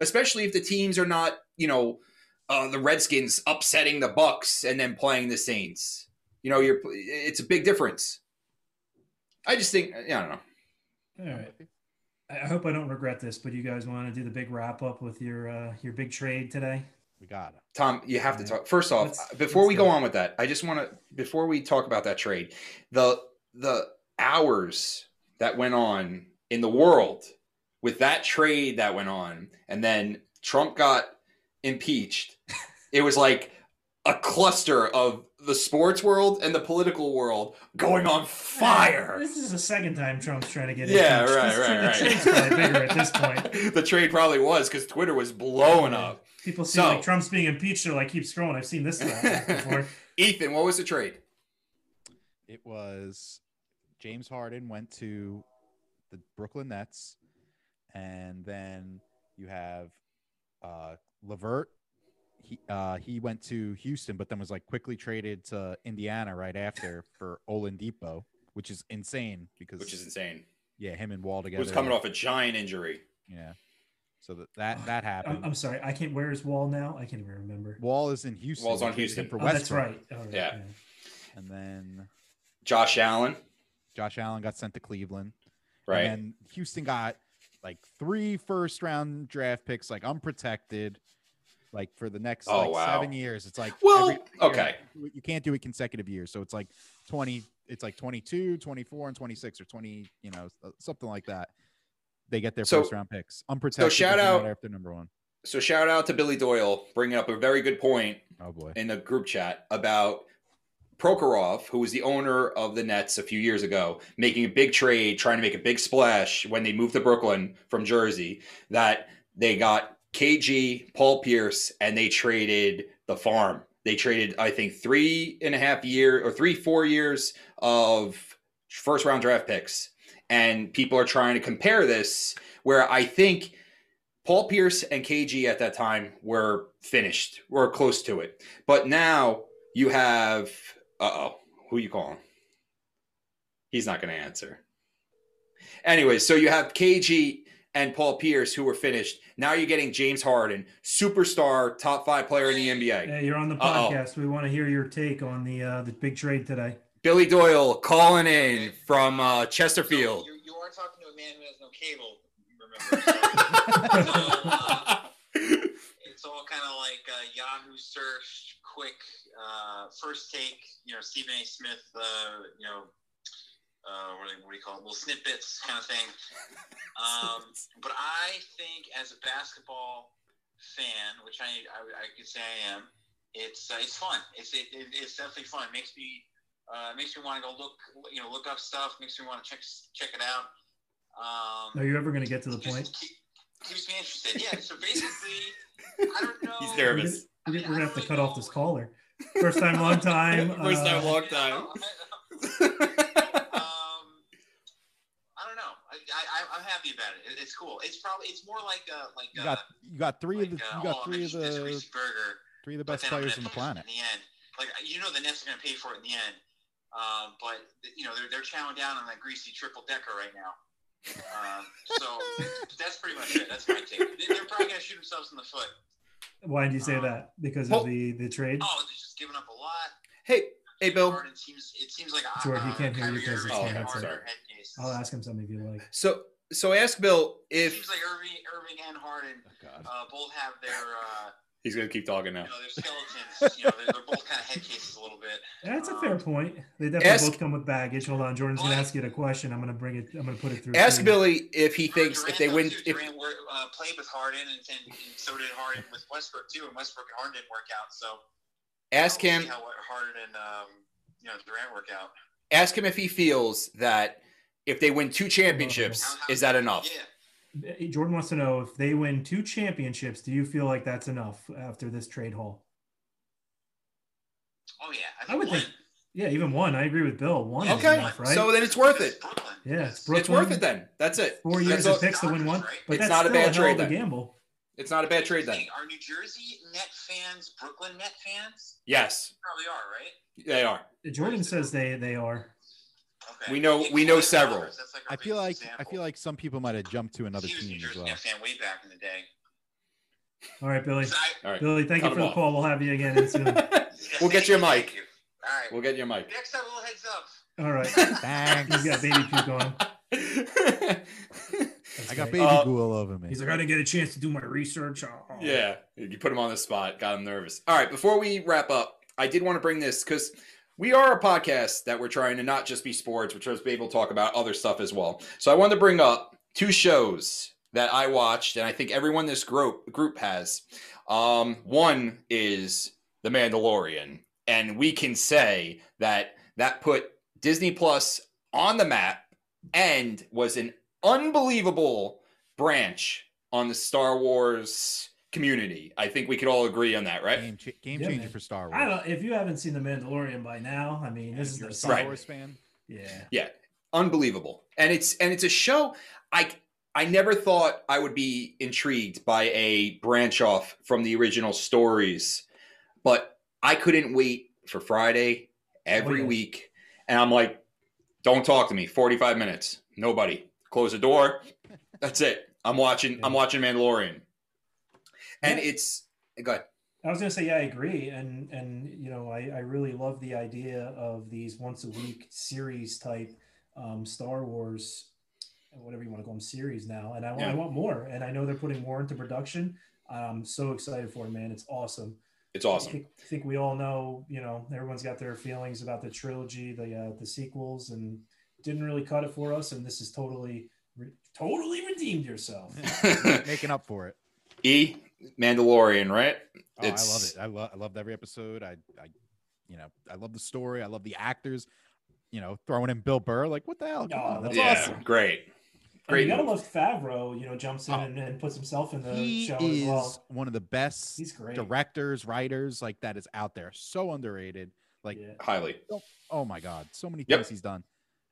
[SPEAKER 2] especially if the teams are not you know uh, the Redskins upsetting the Bucks and then playing the Saints. You know, you're. It's a big difference. I just think I don't know.
[SPEAKER 1] All right. I I hope I don't regret this, but you guys want to do the big wrap up with your uh, your big trade today?
[SPEAKER 3] We got it.
[SPEAKER 2] Tom, you have to talk. First off,
[SPEAKER 1] Let's-
[SPEAKER 2] before
[SPEAKER 1] let's
[SPEAKER 2] we
[SPEAKER 1] do
[SPEAKER 2] go
[SPEAKER 1] it.
[SPEAKER 2] on with that, I just want to before we talk about that trade, the the hours that went on in the world with that trade that went on, and then Trump got impeached. It was like a cluster of the sports world and the political world going on fire.
[SPEAKER 1] This is the second time Trump's trying to get
[SPEAKER 2] Yeah,
[SPEAKER 1] impeached.
[SPEAKER 2] right,
[SPEAKER 1] This-
[SPEAKER 2] right,
[SPEAKER 1] the
[SPEAKER 2] right.
[SPEAKER 1] trade's probably bigger at this point.
[SPEAKER 2] the trade probably was because Twitter was blowing up.
[SPEAKER 1] People see
[SPEAKER 2] So-
[SPEAKER 1] like Trump's being impeached, they're like, keep scrolling. I've seen this guy before.
[SPEAKER 2] Ethan, what was the trade?
[SPEAKER 3] It was James Harden went to the Brooklyn Nets, and then you have uh, Lavert, he uh, he went to Houston, but then was like quickly traded to Indiana right after for Oladipo, which is insane because
[SPEAKER 2] which is insane.
[SPEAKER 3] yeah, him and Wall
[SPEAKER 2] He
[SPEAKER 3] together.
[SPEAKER 2] was coming off a giant injury.
[SPEAKER 3] Yeah, so that that, that
[SPEAKER 1] I'm,
[SPEAKER 3] happened.
[SPEAKER 1] I'm sorry. I can't. Where is Wall now? I can't even remember.
[SPEAKER 3] Wall is in Houston.
[SPEAKER 2] Wall's on
[SPEAKER 3] they traded him
[SPEAKER 2] Houston.
[SPEAKER 3] for
[SPEAKER 1] Oh, that's
[SPEAKER 3] Westbrook.
[SPEAKER 1] right. All right,
[SPEAKER 2] Yeah.
[SPEAKER 3] And then
[SPEAKER 2] Josh Allen,
[SPEAKER 3] Josh Allen got sent to Cleveland.
[SPEAKER 2] right?
[SPEAKER 3] And then Houston got like three first round draft picks, like unprotected, like for the next
[SPEAKER 2] Oh,
[SPEAKER 3] like
[SPEAKER 2] wow.
[SPEAKER 3] seven years. It's like,
[SPEAKER 2] Well,
[SPEAKER 3] every-
[SPEAKER 2] okay.
[SPEAKER 3] you- You can't do it consecutive years. So it's like 20, it's like 22, 24, and 26 or 20, you know, s- uh, something like that. They get their
[SPEAKER 2] So-
[SPEAKER 3] first round picks unprotected.
[SPEAKER 2] shout
[SPEAKER 3] doesn't
[SPEAKER 2] out-
[SPEAKER 3] matter if they're number one.
[SPEAKER 2] So shout out to Billy Doyle bringing up a very good point
[SPEAKER 3] Oh boy.
[SPEAKER 2] in the group chat about Prokhorov, who was the owner of the Nets a few years ago, making a big trade, trying to make a big splash when they moved to Brooklyn from Jersey, that they got KG, Paul Pierce, and they traded the farm. They traded, I think, three and a half year or three, four years of first round draft picks. And people are trying to compare this, where I think Paul Pierce and KG at that time were finished or close to it. But now you have uh oh, who you calling? He's not going to answer. Anyway, so you have KG and Paul Pierce who were finished. Now you're getting James Harden, superstar, top five player in the NBA.
[SPEAKER 1] Hey, you're on the
[SPEAKER 2] Uh-oh.
[SPEAKER 1] podcast. We want to hear your take on the uh, the big trade today.
[SPEAKER 2] Billy Doyle calling in from uh, Chesterfield.
[SPEAKER 4] You, you are talking to a man who has no cable. Remember, uh, it's all kind of like uh, Yahoo search, quick uh, first take. You know, Stephen A. Smith. Uh, you know, uh, what, do you, what do you call it? Little snippets, kind of thing. Um, but I think, as a basketball fan, which I I, I could say I am, it's uh, it's fun. It's it, it, it's definitely fun. It makes me uh, it makes me want to go look you know look up stuff. Makes me want to check check it out. Um,
[SPEAKER 1] Are you ever going to get to the
[SPEAKER 4] just
[SPEAKER 1] point?
[SPEAKER 4] keep- Keeps me interested. Yeah. So basically, I don't know.
[SPEAKER 2] He's
[SPEAKER 1] We're gonna-
[SPEAKER 2] nervous.
[SPEAKER 1] We're gonna have to cut off this caller. First time, long time.
[SPEAKER 2] First
[SPEAKER 1] uh,
[SPEAKER 2] time, long
[SPEAKER 4] Yeah,
[SPEAKER 2] time.
[SPEAKER 4] um, I don't know. I, I, I'm happy about it. It- It's cool. It's probably it's more like a like
[SPEAKER 3] You
[SPEAKER 4] a,
[SPEAKER 3] got you got three
[SPEAKER 4] like
[SPEAKER 3] of the
[SPEAKER 4] a,
[SPEAKER 3] you got
[SPEAKER 4] oh, I'm
[SPEAKER 3] three of
[SPEAKER 4] making this
[SPEAKER 3] the
[SPEAKER 4] Reese's burger,
[SPEAKER 3] three of the
[SPEAKER 4] but
[SPEAKER 3] best
[SPEAKER 4] then I'm
[SPEAKER 3] players
[SPEAKER 4] gonna
[SPEAKER 3] on the
[SPEAKER 4] pay for it
[SPEAKER 3] planet.
[SPEAKER 4] In the end, like you know, the Nets are going to pay for it in the end. Um, but you know, they're they're chowing down on that greasy triple decker right now. Um, so that's pretty much it. That's my take. They- They're probably going to shoot themselves in the foot.
[SPEAKER 1] Why did you say that? Because
[SPEAKER 2] Well- uh,
[SPEAKER 1] of the the trade.
[SPEAKER 4] Oh, they're just giving up a lot.
[SPEAKER 2] Hey, hey, Bill.
[SPEAKER 4] Harden seems it seems like uh,
[SPEAKER 1] Jordan, you can't hear
[SPEAKER 4] Kyrie
[SPEAKER 1] you because it's
[SPEAKER 4] Irving
[SPEAKER 2] my
[SPEAKER 4] and
[SPEAKER 2] headset.
[SPEAKER 4] Harden are
[SPEAKER 2] Sorry.
[SPEAKER 4] head cases.
[SPEAKER 1] I'll ask him something if you like.
[SPEAKER 2] So, so ask Bill
[SPEAKER 4] It
[SPEAKER 2] if
[SPEAKER 4] seems like Irving, Irving and Harden
[SPEAKER 3] Oh, God.
[SPEAKER 4] uh, both have their uh,
[SPEAKER 2] he's gonna keep talking now.
[SPEAKER 4] you know their skeletons. you know they're, they're both kind of head cases a little bit.
[SPEAKER 1] That's a fair
[SPEAKER 4] Um,
[SPEAKER 1] point. They definitely
[SPEAKER 2] uh, ask-
[SPEAKER 1] both come with baggage. Hold on, Jordan's gonna
[SPEAKER 4] Well, I-
[SPEAKER 1] ask you a question. I'm gonna bring it. I'm gonna put it through.
[SPEAKER 2] Ask
[SPEAKER 1] here.
[SPEAKER 2] Billy if he thinks
[SPEAKER 4] Durant,
[SPEAKER 2] if they
[SPEAKER 4] though,
[SPEAKER 2] win.
[SPEAKER 4] too.
[SPEAKER 2] If,
[SPEAKER 4] Durant wor- uh, played with Harden, and, and, and so did Harden with Westbrook too, and Westbrook and Harden didn't work out. So
[SPEAKER 2] ask
[SPEAKER 4] we'll
[SPEAKER 2] him.
[SPEAKER 4] see how Harden and um, you know Durant work out.
[SPEAKER 2] Ask him if he feels that if they win two championships, is that enough?
[SPEAKER 4] Yeah,
[SPEAKER 1] Hey, Jordan wants to know if they win two championships. Do you feel like that's enough after this trade haul?
[SPEAKER 4] oh yeah, I,
[SPEAKER 1] would
[SPEAKER 4] one-
[SPEAKER 1] think Yeah, even one. I agree with Bill. One is
[SPEAKER 2] Okay,
[SPEAKER 1] enough, right?
[SPEAKER 2] so then it's worth
[SPEAKER 4] because
[SPEAKER 2] it.
[SPEAKER 4] Brooklyn
[SPEAKER 1] Yeah,
[SPEAKER 4] is-
[SPEAKER 1] it's Brooklyn.
[SPEAKER 2] It's worth it then. That's it.
[SPEAKER 1] Four
[SPEAKER 2] That's
[SPEAKER 1] years
[SPEAKER 2] all-
[SPEAKER 1] of picks to win one,
[SPEAKER 4] Right.
[SPEAKER 1] but
[SPEAKER 2] It's
[SPEAKER 1] that's
[SPEAKER 2] not a
[SPEAKER 1] still
[SPEAKER 2] bad
[SPEAKER 1] hell of
[SPEAKER 2] trade then.
[SPEAKER 1] A gamble.
[SPEAKER 2] It's not a bad trade then.
[SPEAKER 4] Thing, Are New Jersey Net fans Brooklyn Net fans?
[SPEAKER 2] Yes,
[SPEAKER 4] Probably are, right?
[SPEAKER 2] they are.
[SPEAKER 1] Jordan says they they are.
[SPEAKER 4] Okay.
[SPEAKER 2] We know-
[SPEAKER 4] Yeah,
[SPEAKER 2] we know
[SPEAKER 4] Cleveland
[SPEAKER 2] several.
[SPEAKER 4] Browns, that's our
[SPEAKER 3] I feel like
[SPEAKER 4] biggest
[SPEAKER 3] I
[SPEAKER 4] example.
[SPEAKER 3] feel like some people might have jumped to another
[SPEAKER 4] he was a New
[SPEAKER 3] team as
[SPEAKER 4] Jersey
[SPEAKER 3] well.
[SPEAKER 4] Net fan way back in the day.
[SPEAKER 1] All right, Billy.
[SPEAKER 4] So I-
[SPEAKER 2] All right,
[SPEAKER 1] Billy, thank you
[SPEAKER 2] Cut
[SPEAKER 1] for
[SPEAKER 2] him
[SPEAKER 1] the
[SPEAKER 2] off.
[SPEAKER 1] call. We'll have you again in soon.
[SPEAKER 2] We'll get you a
[SPEAKER 4] Thank
[SPEAKER 2] mic.
[SPEAKER 4] you. All right.
[SPEAKER 2] we'll get your mic.
[SPEAKER 4] Next time, a little heads up.
[SPEAKER 1] All right.
[SPEAKER 3] Thanks.
[SPEAKER 1] He's got baby puke on. That's
[SPEAKER 3] I got
[SPEAKER 1] great.
[SPEAKER 3] baby
[SPEAKER 2] Uh,
[SPEAKER 3] ghoul over me.
[SPEAKER 1] He's like, I didn't get a chance to do my research. Oh.
[SPEAKER 2] Yeah, you put him on the spot, got him nervous. All right, before we wrap up, I did want to bring this because we are a podcast that we're trying to not just be sports, we're trying to be able to talk about other stuff as well. So I wanted to bring up two shows that I watched, and I think everyone in this group group has. Um, one is The Mandalorian, and we can say that that put Disney Plus on the map and was an unbelievable branch on the Star Wars community. I think we could all agree on that, right?
[SPEAKER 3] Game, cha- game
[SPEAKER 1] Yeah,
[SPEAKER 3] changer
[SPEAKER 1] man.
[SPEAKER 3] for Star Wars.
[SPEAKER 1] I don't. If you haven't seen The Mandalorian by now, I mean, this is
[SPEAKER 3] You're
[SPEAKER 1] the
[SPEAKER 3] a Star
[SPEAKER 2] Right.
[SPEAKER 3] Wars fan.
[SPEAKER 1] Yeah.
[SPEAKER 2] Unbelievable. And it's and it's a show I I never thought I would be intrigued by a branch off from the original stories, but I couldn't wait for Friday every
[SPEAKER 1] Oh, yeah.
[SPEAKER 2] week. And I'm like, don't talk to me. 45 minutes. Nobody. Close the door. That's it. I'm watching I'm watching Mandalorian. And
[SPEAKER 1] Yeah.
[SPEAKER 2] it's go ahead.
[SPEAKER 1] I was gonna say, yeah, I agree, and and you know, I I really love the idea of these once a week series type um, Star Wars, whatever you want to call them, series now, and I,
[SPEAKER 2] Yeah.
[SPEAKER 1] I want more, and I know they're putting more into production. I'm so excited for it, man. It's awesome.
[SPEAKER 2] It's
[SPEAKER 1] I
[SPEAKER 2] awesome.
[SPEAKER 1] think, I think we all know, you know, everyone's got their feelings about the trilogy, the uh, the sequels, and didn't really cut it for us. And this is totally, re- totally redeemed yourself.
[SPEAKER 3] making up for it.
[SPEAKER 2] e Mandalorian, right?
[SPEAKER 3] Oh, I love
[SPEAKER 2] It's-
[SPEAKER 3] it. I love I loved every episode. I I you know, I love the story. I love the actors. You know, throwing in Bill Burr, like what the hell? Come
[SPEAKER 1] Oh,
[SPEAKER 3] on, that's
[SPEAKER 1] yeah.
[SPEAKER 3] awesome.
[SPEAKER 2] Great.
[SPEAKER 1] And
[SPEAKER 2] Great.
[SPEAKER 1] you gotta
[SPEAKER 2] move.
[SPEAKER 1] love Favreau. You know, jumps in
[SPEAKER 3] Oh.
[SPEAKER 1] and, and puts himself in the
[SPEAKER 3] He
[SPEAKER 1] show
[SPEAKER 3] is
[SPEAKER 1] as well.
[SPEAKER 3] one of the best
[SPEAKER 1] He's great.
[SPEAKER 3] directors, writers like that is out there. So underrated. like-
[SPEAKER 1] yeah.
[SPEAKER 2] Highly.
[SPEAKER 3] Oh my god, so many
[SPEAKER 2] Yep.
[SPEAKER 3] things he's done.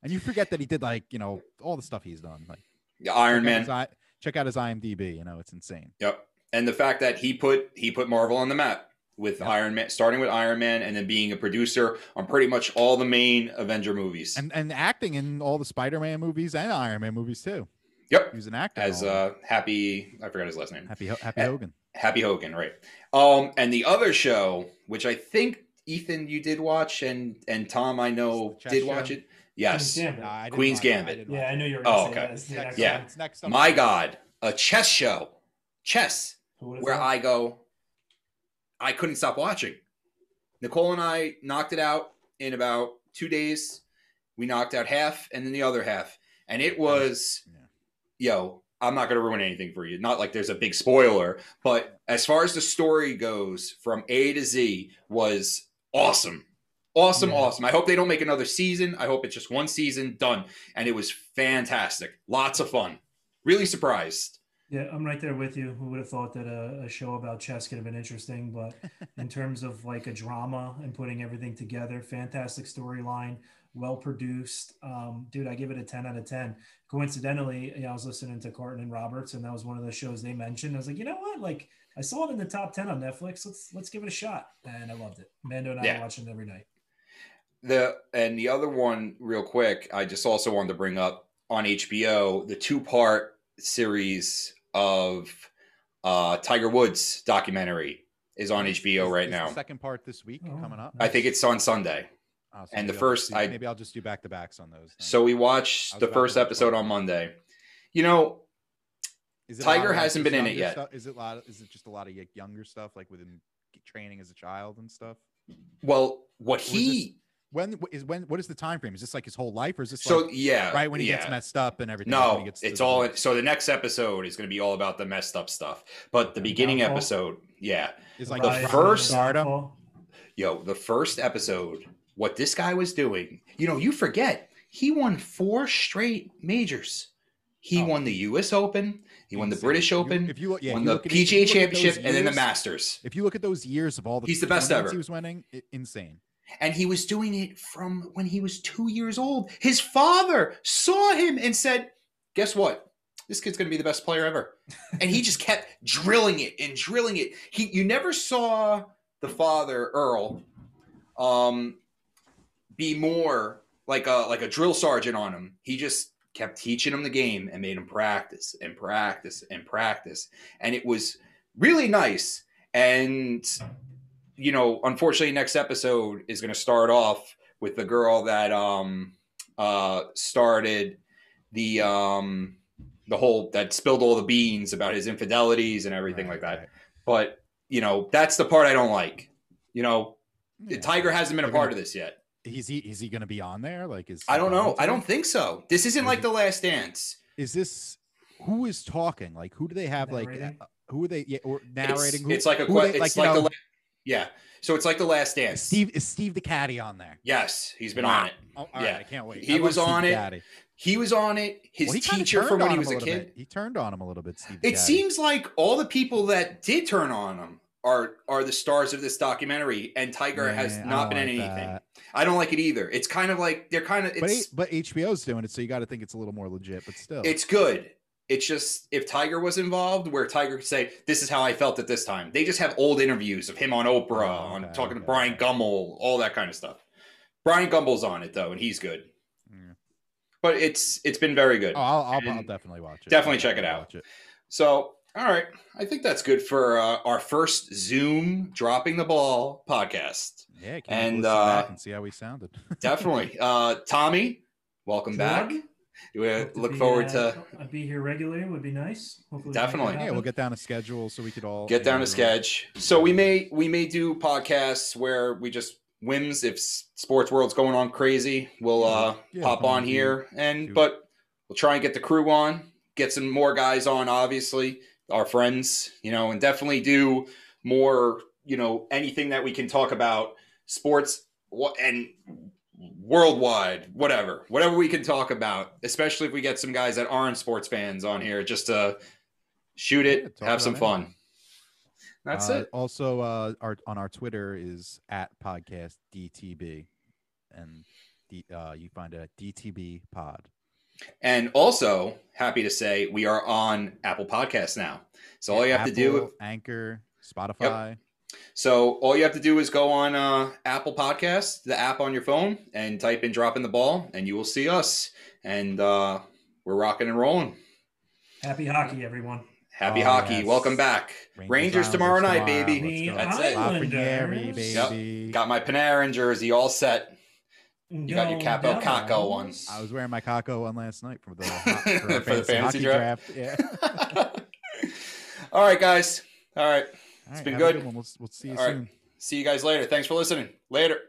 [SPEAKER 3] And you forget that he did like, you know, all the stuff he's done. Like
[SPEAKER 2] Yeah,
[SPEAKER 3] check
[SPEAKER 2] Iron
[SPEAKER 3] out
[SPEAKER 2] Man.
[SPEAKER 3] his I- check out his IMDb, you know, it's insane.
[SPEAKER 2] Yep. And the fact that he put he put Marvel on the map with
[SPEAKER 3] Yep.
[SPEAKER 2] Iron Man, starting with Iron Man, and then being a producer on pretty much all the main Avenger movies.
[SPEAKER 3] And and acting in all the Spider-Man movies and Iron Man movies too.
[SPEAKER 2] yep.
[SPEAKER 3] He was an actor. in
[SPEAKER 2] As
[SPEAKER 3] all of them.
[SPEAKER 2] uh, Happy, I forgot his last name.
[SPEAKER 3] Happy Ho- Happy
[SPEAKER 2] eh,
[SPEAKER 3] Hogan.
[SPEAKER 2] Happy Hogan, right? Um, and the other show, which I think Ethan you did watch, and and Tom I know
[SPEAKER 3] It's the chess
[SPEAKER 2] did watch
[SPEAKER 3] show?
[SPEAKER 2] it. Yes.
[SPEAKER 1] Damn it.
[SPEAKER 3] No, I didn't
[SPEAKER 2] Queen's
[SPEAKER 3] watch it.
[SPEAKER 2] Gambit.
[SPEAKER 3] didn't watch
[SPEAKER 1] yeah, I
[SPEAKER 3] it.
[SPEAKER 1] knew you were gonna
[SPEAKER 2] Oh,
[SPEAKER 1] say
[SPEAKER 2] okay.
[SPEAKER 1] that. It's
[SPEAKER 3] It's
[SPEAKER 1] the
[SPEAKER 3] next
[SPEAKER 1] next
[SPEAKER 2] Yeah.
[SPEAKER 1] one.
[SPEAKER 3] It's next up.
[SPEAKER 2] My God, a chess show, chess,
[SPEAKER 1] Who would've
[SPEAKER 2] where
[SPEAKER 1] thought?
[SPEAKER 2] I go, I couldn't stop watching. Nicole and I knocked it out in about two days. We knocked out half and then the other half. And it was,
[SPEAKER 3] Yeah.
[SPEAKER 2] yo, I'm not going to ruin anything for you. Not like there's a big spoiler, but as far as the story goes, from A to Z was awesome. Awesome,
[SPEAKER 1] Yeah.
[SPEAKER 2] awesome. I hope they don't make another season. I hope it's just one season done. And it was fantastic. Lots of fun. Really surprised.
[SPEAKER 1] Yeah, I'm right there with you. Who would have thought that a, a show about chess could have been interesting? But in terms of like a drama and putting everything together, fantastic storyline, well produced. Um, dude, I give it a 10 out of 10. Coincidentally, you know, I was listening to Carton and Roberts, and that was one of the shows they mentioned. I was like, you know what? Like, I saw it in the top 10 on Netflix. Let's let's give it a shot. And I loved it. Mando and I
[SPEAKER 2] Yeah.
[SPEAKER 1] are watching it every night.
[SPEAKER 2] The and the other one, real quick, I just also wanted to bring up on HBO the two part series of uh, Tiger Woods documentary is on HBO
[SPEAKER 3] Is-
[SPEAKER 2] right
[SPEAKER 3] is
[SPEAKER 2] now.
[SPEAKER 3] The second part this week
[SPEAKER 1] Oh,
[SPEAKER 3] coming up.
[SPEAKER 2] I think it's on Sunday.
[SPEAKER 3] Oh, so
[SPEAKER 2] and the
[SPEAKER 3] maybe I'll just
[SPEAKER 2] first
[SPEAKER 3] do-
[SPEAKER 2] I-
[SPEAKER 3] maybe I'll just do back to backs on those. then.
[SPEAKER 2] So we watched
[SPEAKER 3] I was
[SPEAKER 2] the
[SPEAKER 3] about to
[SPEAKER 2] first
[SPEAKER 3] watch
[SPEAKER 2] episode
[SPEAKER 3] that.
[SPEAKER 2] on Monday. You know,
[SPEAKER 3] Is it a
[SPEAKER 2] Tiger
[SPEAKER 3] lot of, like,
[SPEAKER 2] hasn't been in it
[SPEAKER 3] younger
[SPEAKER 2] yet.
[SPEAKER 3] stuff- Is it a lot? Of, is it just a lot of like, younger stuff, like within training as a child and stuff?
[SPEAKER 2] well, what
[SPEAKER 3] is
[SPEAKER 2] he
[SPEAKER 3] When wh- is when? What is the time frame? Is this like his whole life, or is this
[SPEAKER 2] so
[SPEAKER 3] like,
[SPEAKER 2] yeah
[SPEAKER 3] right when he
[SPEAKER 2] yeah.
[SPEAKER 3] gets messed up and everything? like, when
[SPEAKER 2] No,
[SPEAKER 3] he gets
[SPEAKER 2] it's
[SPEAKER 3] to the
[SPEAKER 2] all
[SPEAKER 3] divorce?
[SPEAKER 2] so the next episode is going to be all about the messed up stuff. But the
[SPEAKER 3] Okay.
[SPEAKER 2] beginning
[SPEAKER 1] Downfall?
[SPEAKER 2] episode, yeah,
[SPEAKER 3] Is like
[SPEAKER 2] the
[SPEAKER 1] Rise
[SPEAKER 3] the
[SPEAKER 1] of
[SPEAKER 2] first-
[SPEAKER 3] stardom.
[SPEAKER 1] Downfall.
[SPEAKER 2] yo, the first episode, what this guy was doing, you know, you forget he won four straight majors. He
[SPEAKER 3] Oh.
[SPEAKER 2] won the U.S. Open, he won the
[SPEAKER 3] Insane.
[SPEAKER 2] British
[SPEAKER 3] You-
[SPEAKER 2] Open,
[SPEAKER 3] If you look, yeah,
[SPEAKER 2] won
[SPEAKER 3] if you
[SPEAKER 2] the
[SPEAKER 3] look at it- if you
[SPEAKER 2] PGA
[SPEAKER 3] look at those
[SPEAKER 2] Championship, and then the
[SPEAKER 3] years-
[SPEAKER 2] Masters.
[SPEAKER 3] If you look at those years of all the
[SPEAKER 2] He's the best
[SPEAKER 3] tournaments
[SPEAKER 2] ever.
[SPEAKER 3] He was winning i- insane.
[SPEAKER 2] and he was doing it from when he was two years old. His father saw him and said, Guess what? This kid's gonna be the best player ever. And he just kept drilling it and drilling it. He you never saw the father, Earl, um, be more like a like a drill sergeant on him. He just kept teaching him the game and made him practice and practice and practice. And it was really nice. And you know, unfortunately, next episode is going to start off with the girl that um uh started the um the whole that spilled all the beans about his infidelities and everything
[SPEAKER 3] Right,
[SPEAKER 2] like that.
[SPEAKER 3] right.
[SPEAKER 2] But you know, that's the part I don't like. You know,
[SPEAKER 3] Yeah.
[SPEAKER 2] Tiger hasn't been a
[SPEAKER 3] They're gonna-
[SPEAKER 2] part of this yet.
[SPEAKER 3] Is he is he going to be on there? Like, is
[SPEAKER 2] I don't know.
[SPEAKER 3] Donald-
[SPEAKER 2] I don't think so. This isn't
[SPEAKER 3] Mm-hmm.
[SPEAKER 2] like the Last Dance.
[SPEAKER 3] Is this who is talking? Like, who do they have? Like,
[SPEAKER 1] Narrating?
[SPEAKER 3] uh, who are they? Yeah, or
[SPEAKER 2] It's,
[SPEAKER 3] narrating? who,
[SPEAKER 2] it's like a
[SPEAKER 3] who
[SPEAKER 2] que-
[SPEAKER 3] they-
[SPEAKER 2] it's
[SPEAKER 3] you
[SPEAKER 2] like, the
[SPEAKER 3] know,
[SPEAKER 2] the yeah. So it's like the Last
[SPEAKER 3] Is
[SPEAKER 2] Dance.
[SPEAKER 3] Steve is Steve the caddy on there.
[SPEAKER 2] yes, he's been on it.
[SPEAKER 3] Oh, all
[SPEAKER 2] Yeah.
[SPEAKER 3] right, I can't wait.
[SPEAKER 2] He
[SPEAKER 3] I love
[SPEAKER 2] was
[SPEAKER 3] Steve
[SPEAKER 2] on
[SPEAKER 3] the
[SPEAKER 2] it.
[SPEAKER 3] Caddy.
[SPEAKER 2] He was on it. His
[SPEAKER 3] Well, he kinda
[SPEAKER 2] teacher
[SPEAKER 3] turned
[SPEAKER 2] from when
[SPEAKER 3] on
[SPEAKER 2] he
[SPEAKER 3] him
[SPEAKER 2] was a
[SPEAKER 3] little
[SPEAKER 2] kid.
[SPEAKER 3] bit. He turned on him a little bit. Steve the
[SPEAKER 2] It
[SPEAKER 3] Caddy.
[SPEAKER 2] seems like all the people that did turn on him are are the stars of this documentary, and Tiger has
[SPEAKER 3] Yeah, I
[SPEAKER 2] not
[SPEAKER 3] don't
[SPEAKER 2] been in
[SPEAKER 3] like
[SPEAKER 2] anything.
[SPEAKER 3] that.
[SPEAKER 2] I don't like it either. It's kind of like they're kind of
[SPEAKER 3] But
[SPEAKER 2] it's
[SPEAKER 3] but HBO's doing it, so you got to think it's a little more legit. But still,
[SPEAKER 2] it's good. It's just if Tiger was involved, where Tiger could say, "This is how I felt at this time." They just have old interviews of him on Oprah,
[SPEAKER 3] Oh,
[SPEAKER 2] on
[SPEAKER 3] okay,
[SPEAKER 2] talking to
[SPEAKER 3] okay,
[SPEAKER 2] Brian
[SPEAKER 3] okay.
[SPEAKER 2] Gummel, all that kind of stuff. Brian Gumbel's on it though, and he's good.
[SPEAKER 3] Yeah.
[SPEAKER 2] But it's it's been very good.
[SPEAKER 3] Oh, I'll, I'll, I'll
[SPEAKER 2] And
[SPEAKER 3] definitely watch it.
[SPEAKER 2] definitely
[SPEAKER 3] I'll
[SPEAKER 2] check it out.
[SPEAKER 3] watch
[SPEAKER 2] So, all right, I think that's good for uh, our first Zoom dropping the ball podcast.
[SPEAKER 3] Yeah, can
[SPEAKER 2] And,
[SPEAKER 3] and listen back
[SPEAKER 2] uh,
[SPEAKER 3] and see how we sounded.
[SPEAKER 2] Definitely, uh, Tommy, welcome back.
[SPEAKER 1] Doug?
[SPEAKER 2] We
[SPEAKER 1] Hope
[SPEAKER 2] look
[SPEAKER 1] be,
[SPEAKER 2] forward
[SPEAKER 1] uh,
[SPEAKER 2] to
[SPEAKER 1] I'd be here regularly. Would be nice. Hopefully we can
[SPEAKER 2] Definitely.
[SPEAKER 1] make it
[SPEAKER 3] yeah, we'll
[SPEAKER 1] happen.
[SPEAKER 3] get down a schedule so we could all
[SPEAKER 2] get down to
[SPEAKER 3] you know,
[SPEAKER 2] sketch. So we may we may do podcasts where we just whims if s- sports world's going on crazy, we'll uh,
[SPEAKER 3] Yeah,
[SPEAKER 2] pop
[SPEAKER 3] come on,
[SPEAKER 2] on
[SPEAKER 3] do-
[SPEAKER 2] here and
[SPEAKER 3] do it.
[SPEAKER 2] but we'll try and get the crew on, get some more guys on, obviously our friends, you know, and definitely do more, you know, anything that we can talk about sports wha- and worldwide, whatever, whatever we can talk about, especially if we get some guys that aren't sports fans on here, just to shoot
[SPEAKER 3] Yeah,
[SPEAKER 2] it,
[SPEAKER 3] talk
[SPEAKER 2] have some
[SPEAKER 3] about anything.
[SPEAKER 2] fun. That's
[SPEAKER 3] Uh,
[SPEAKER 2] it.
[SPEAKER 3] Also, uh, our on our Twitter is at podcast DTB, and D, uh, you find it at DTB Pod.
[SPEAKER 2] And also, happy to say we are on Apple Podcasts now. So all you have to do
[SPEAKER 3] Apple, Anchor, Spotify.
[SPEAKER 2] so all you have to do is go on uh, Apple Podcasts, the app on your phone, and type in dropping the ball, and you will see us. And uh, we're rocking and rolling.
[SPEAKER 1] Happy hockey, everyone.
[SPEAKER 2] Happy
[SPEAKER 3] Oh,
[SPEAKER 2] hockey.
[SPEAKER 3] yes.
[SPEAKER 2] Welcome back. Rangers,
[SPEAKER 3] Islanders
[SPEAKER 2] tomorrow night,
[SPEAKER 1] The
[SPEAKER 2] baby.
[SPEAKER 3] Let's go.
[SPEAKER 2] That's it.
[SPEAKER 1] Islanders.
[SPEAKER 3] Lafreniere,
[SPEAKER 2] Yep.
[SPEAKER 3] baby.
[SPEAKER 2] Got my Panarin jersey all set.
[SPEAKER 1] You
[SPEAKER 2] got your Capo Caco one.
[SPEAKER 3] I was wearing my Kako one last night for the, for
[SPEAKER 2] the
[SPEAKER 3] our fantasy,
[SPEAKER 2] fantasy
[SPEAKER 3] hockey
[SPEAKER 2] draft?
[SPEAKER 3] draft. Yeah.
[SPEAKER 2] all right, guys. All right.
[SPEAKER 3] All right,
[SPEAKER 2] been
[SPEAKER 3] have a
[SPEAKER 2] good.
[SPEAKER 3] one. We'll, we'll see you
[SPEAKER 2] All right.
[SPEAKER 3] soon.
[SPEAKER 2] See you guys later. Thanks for listening. Later.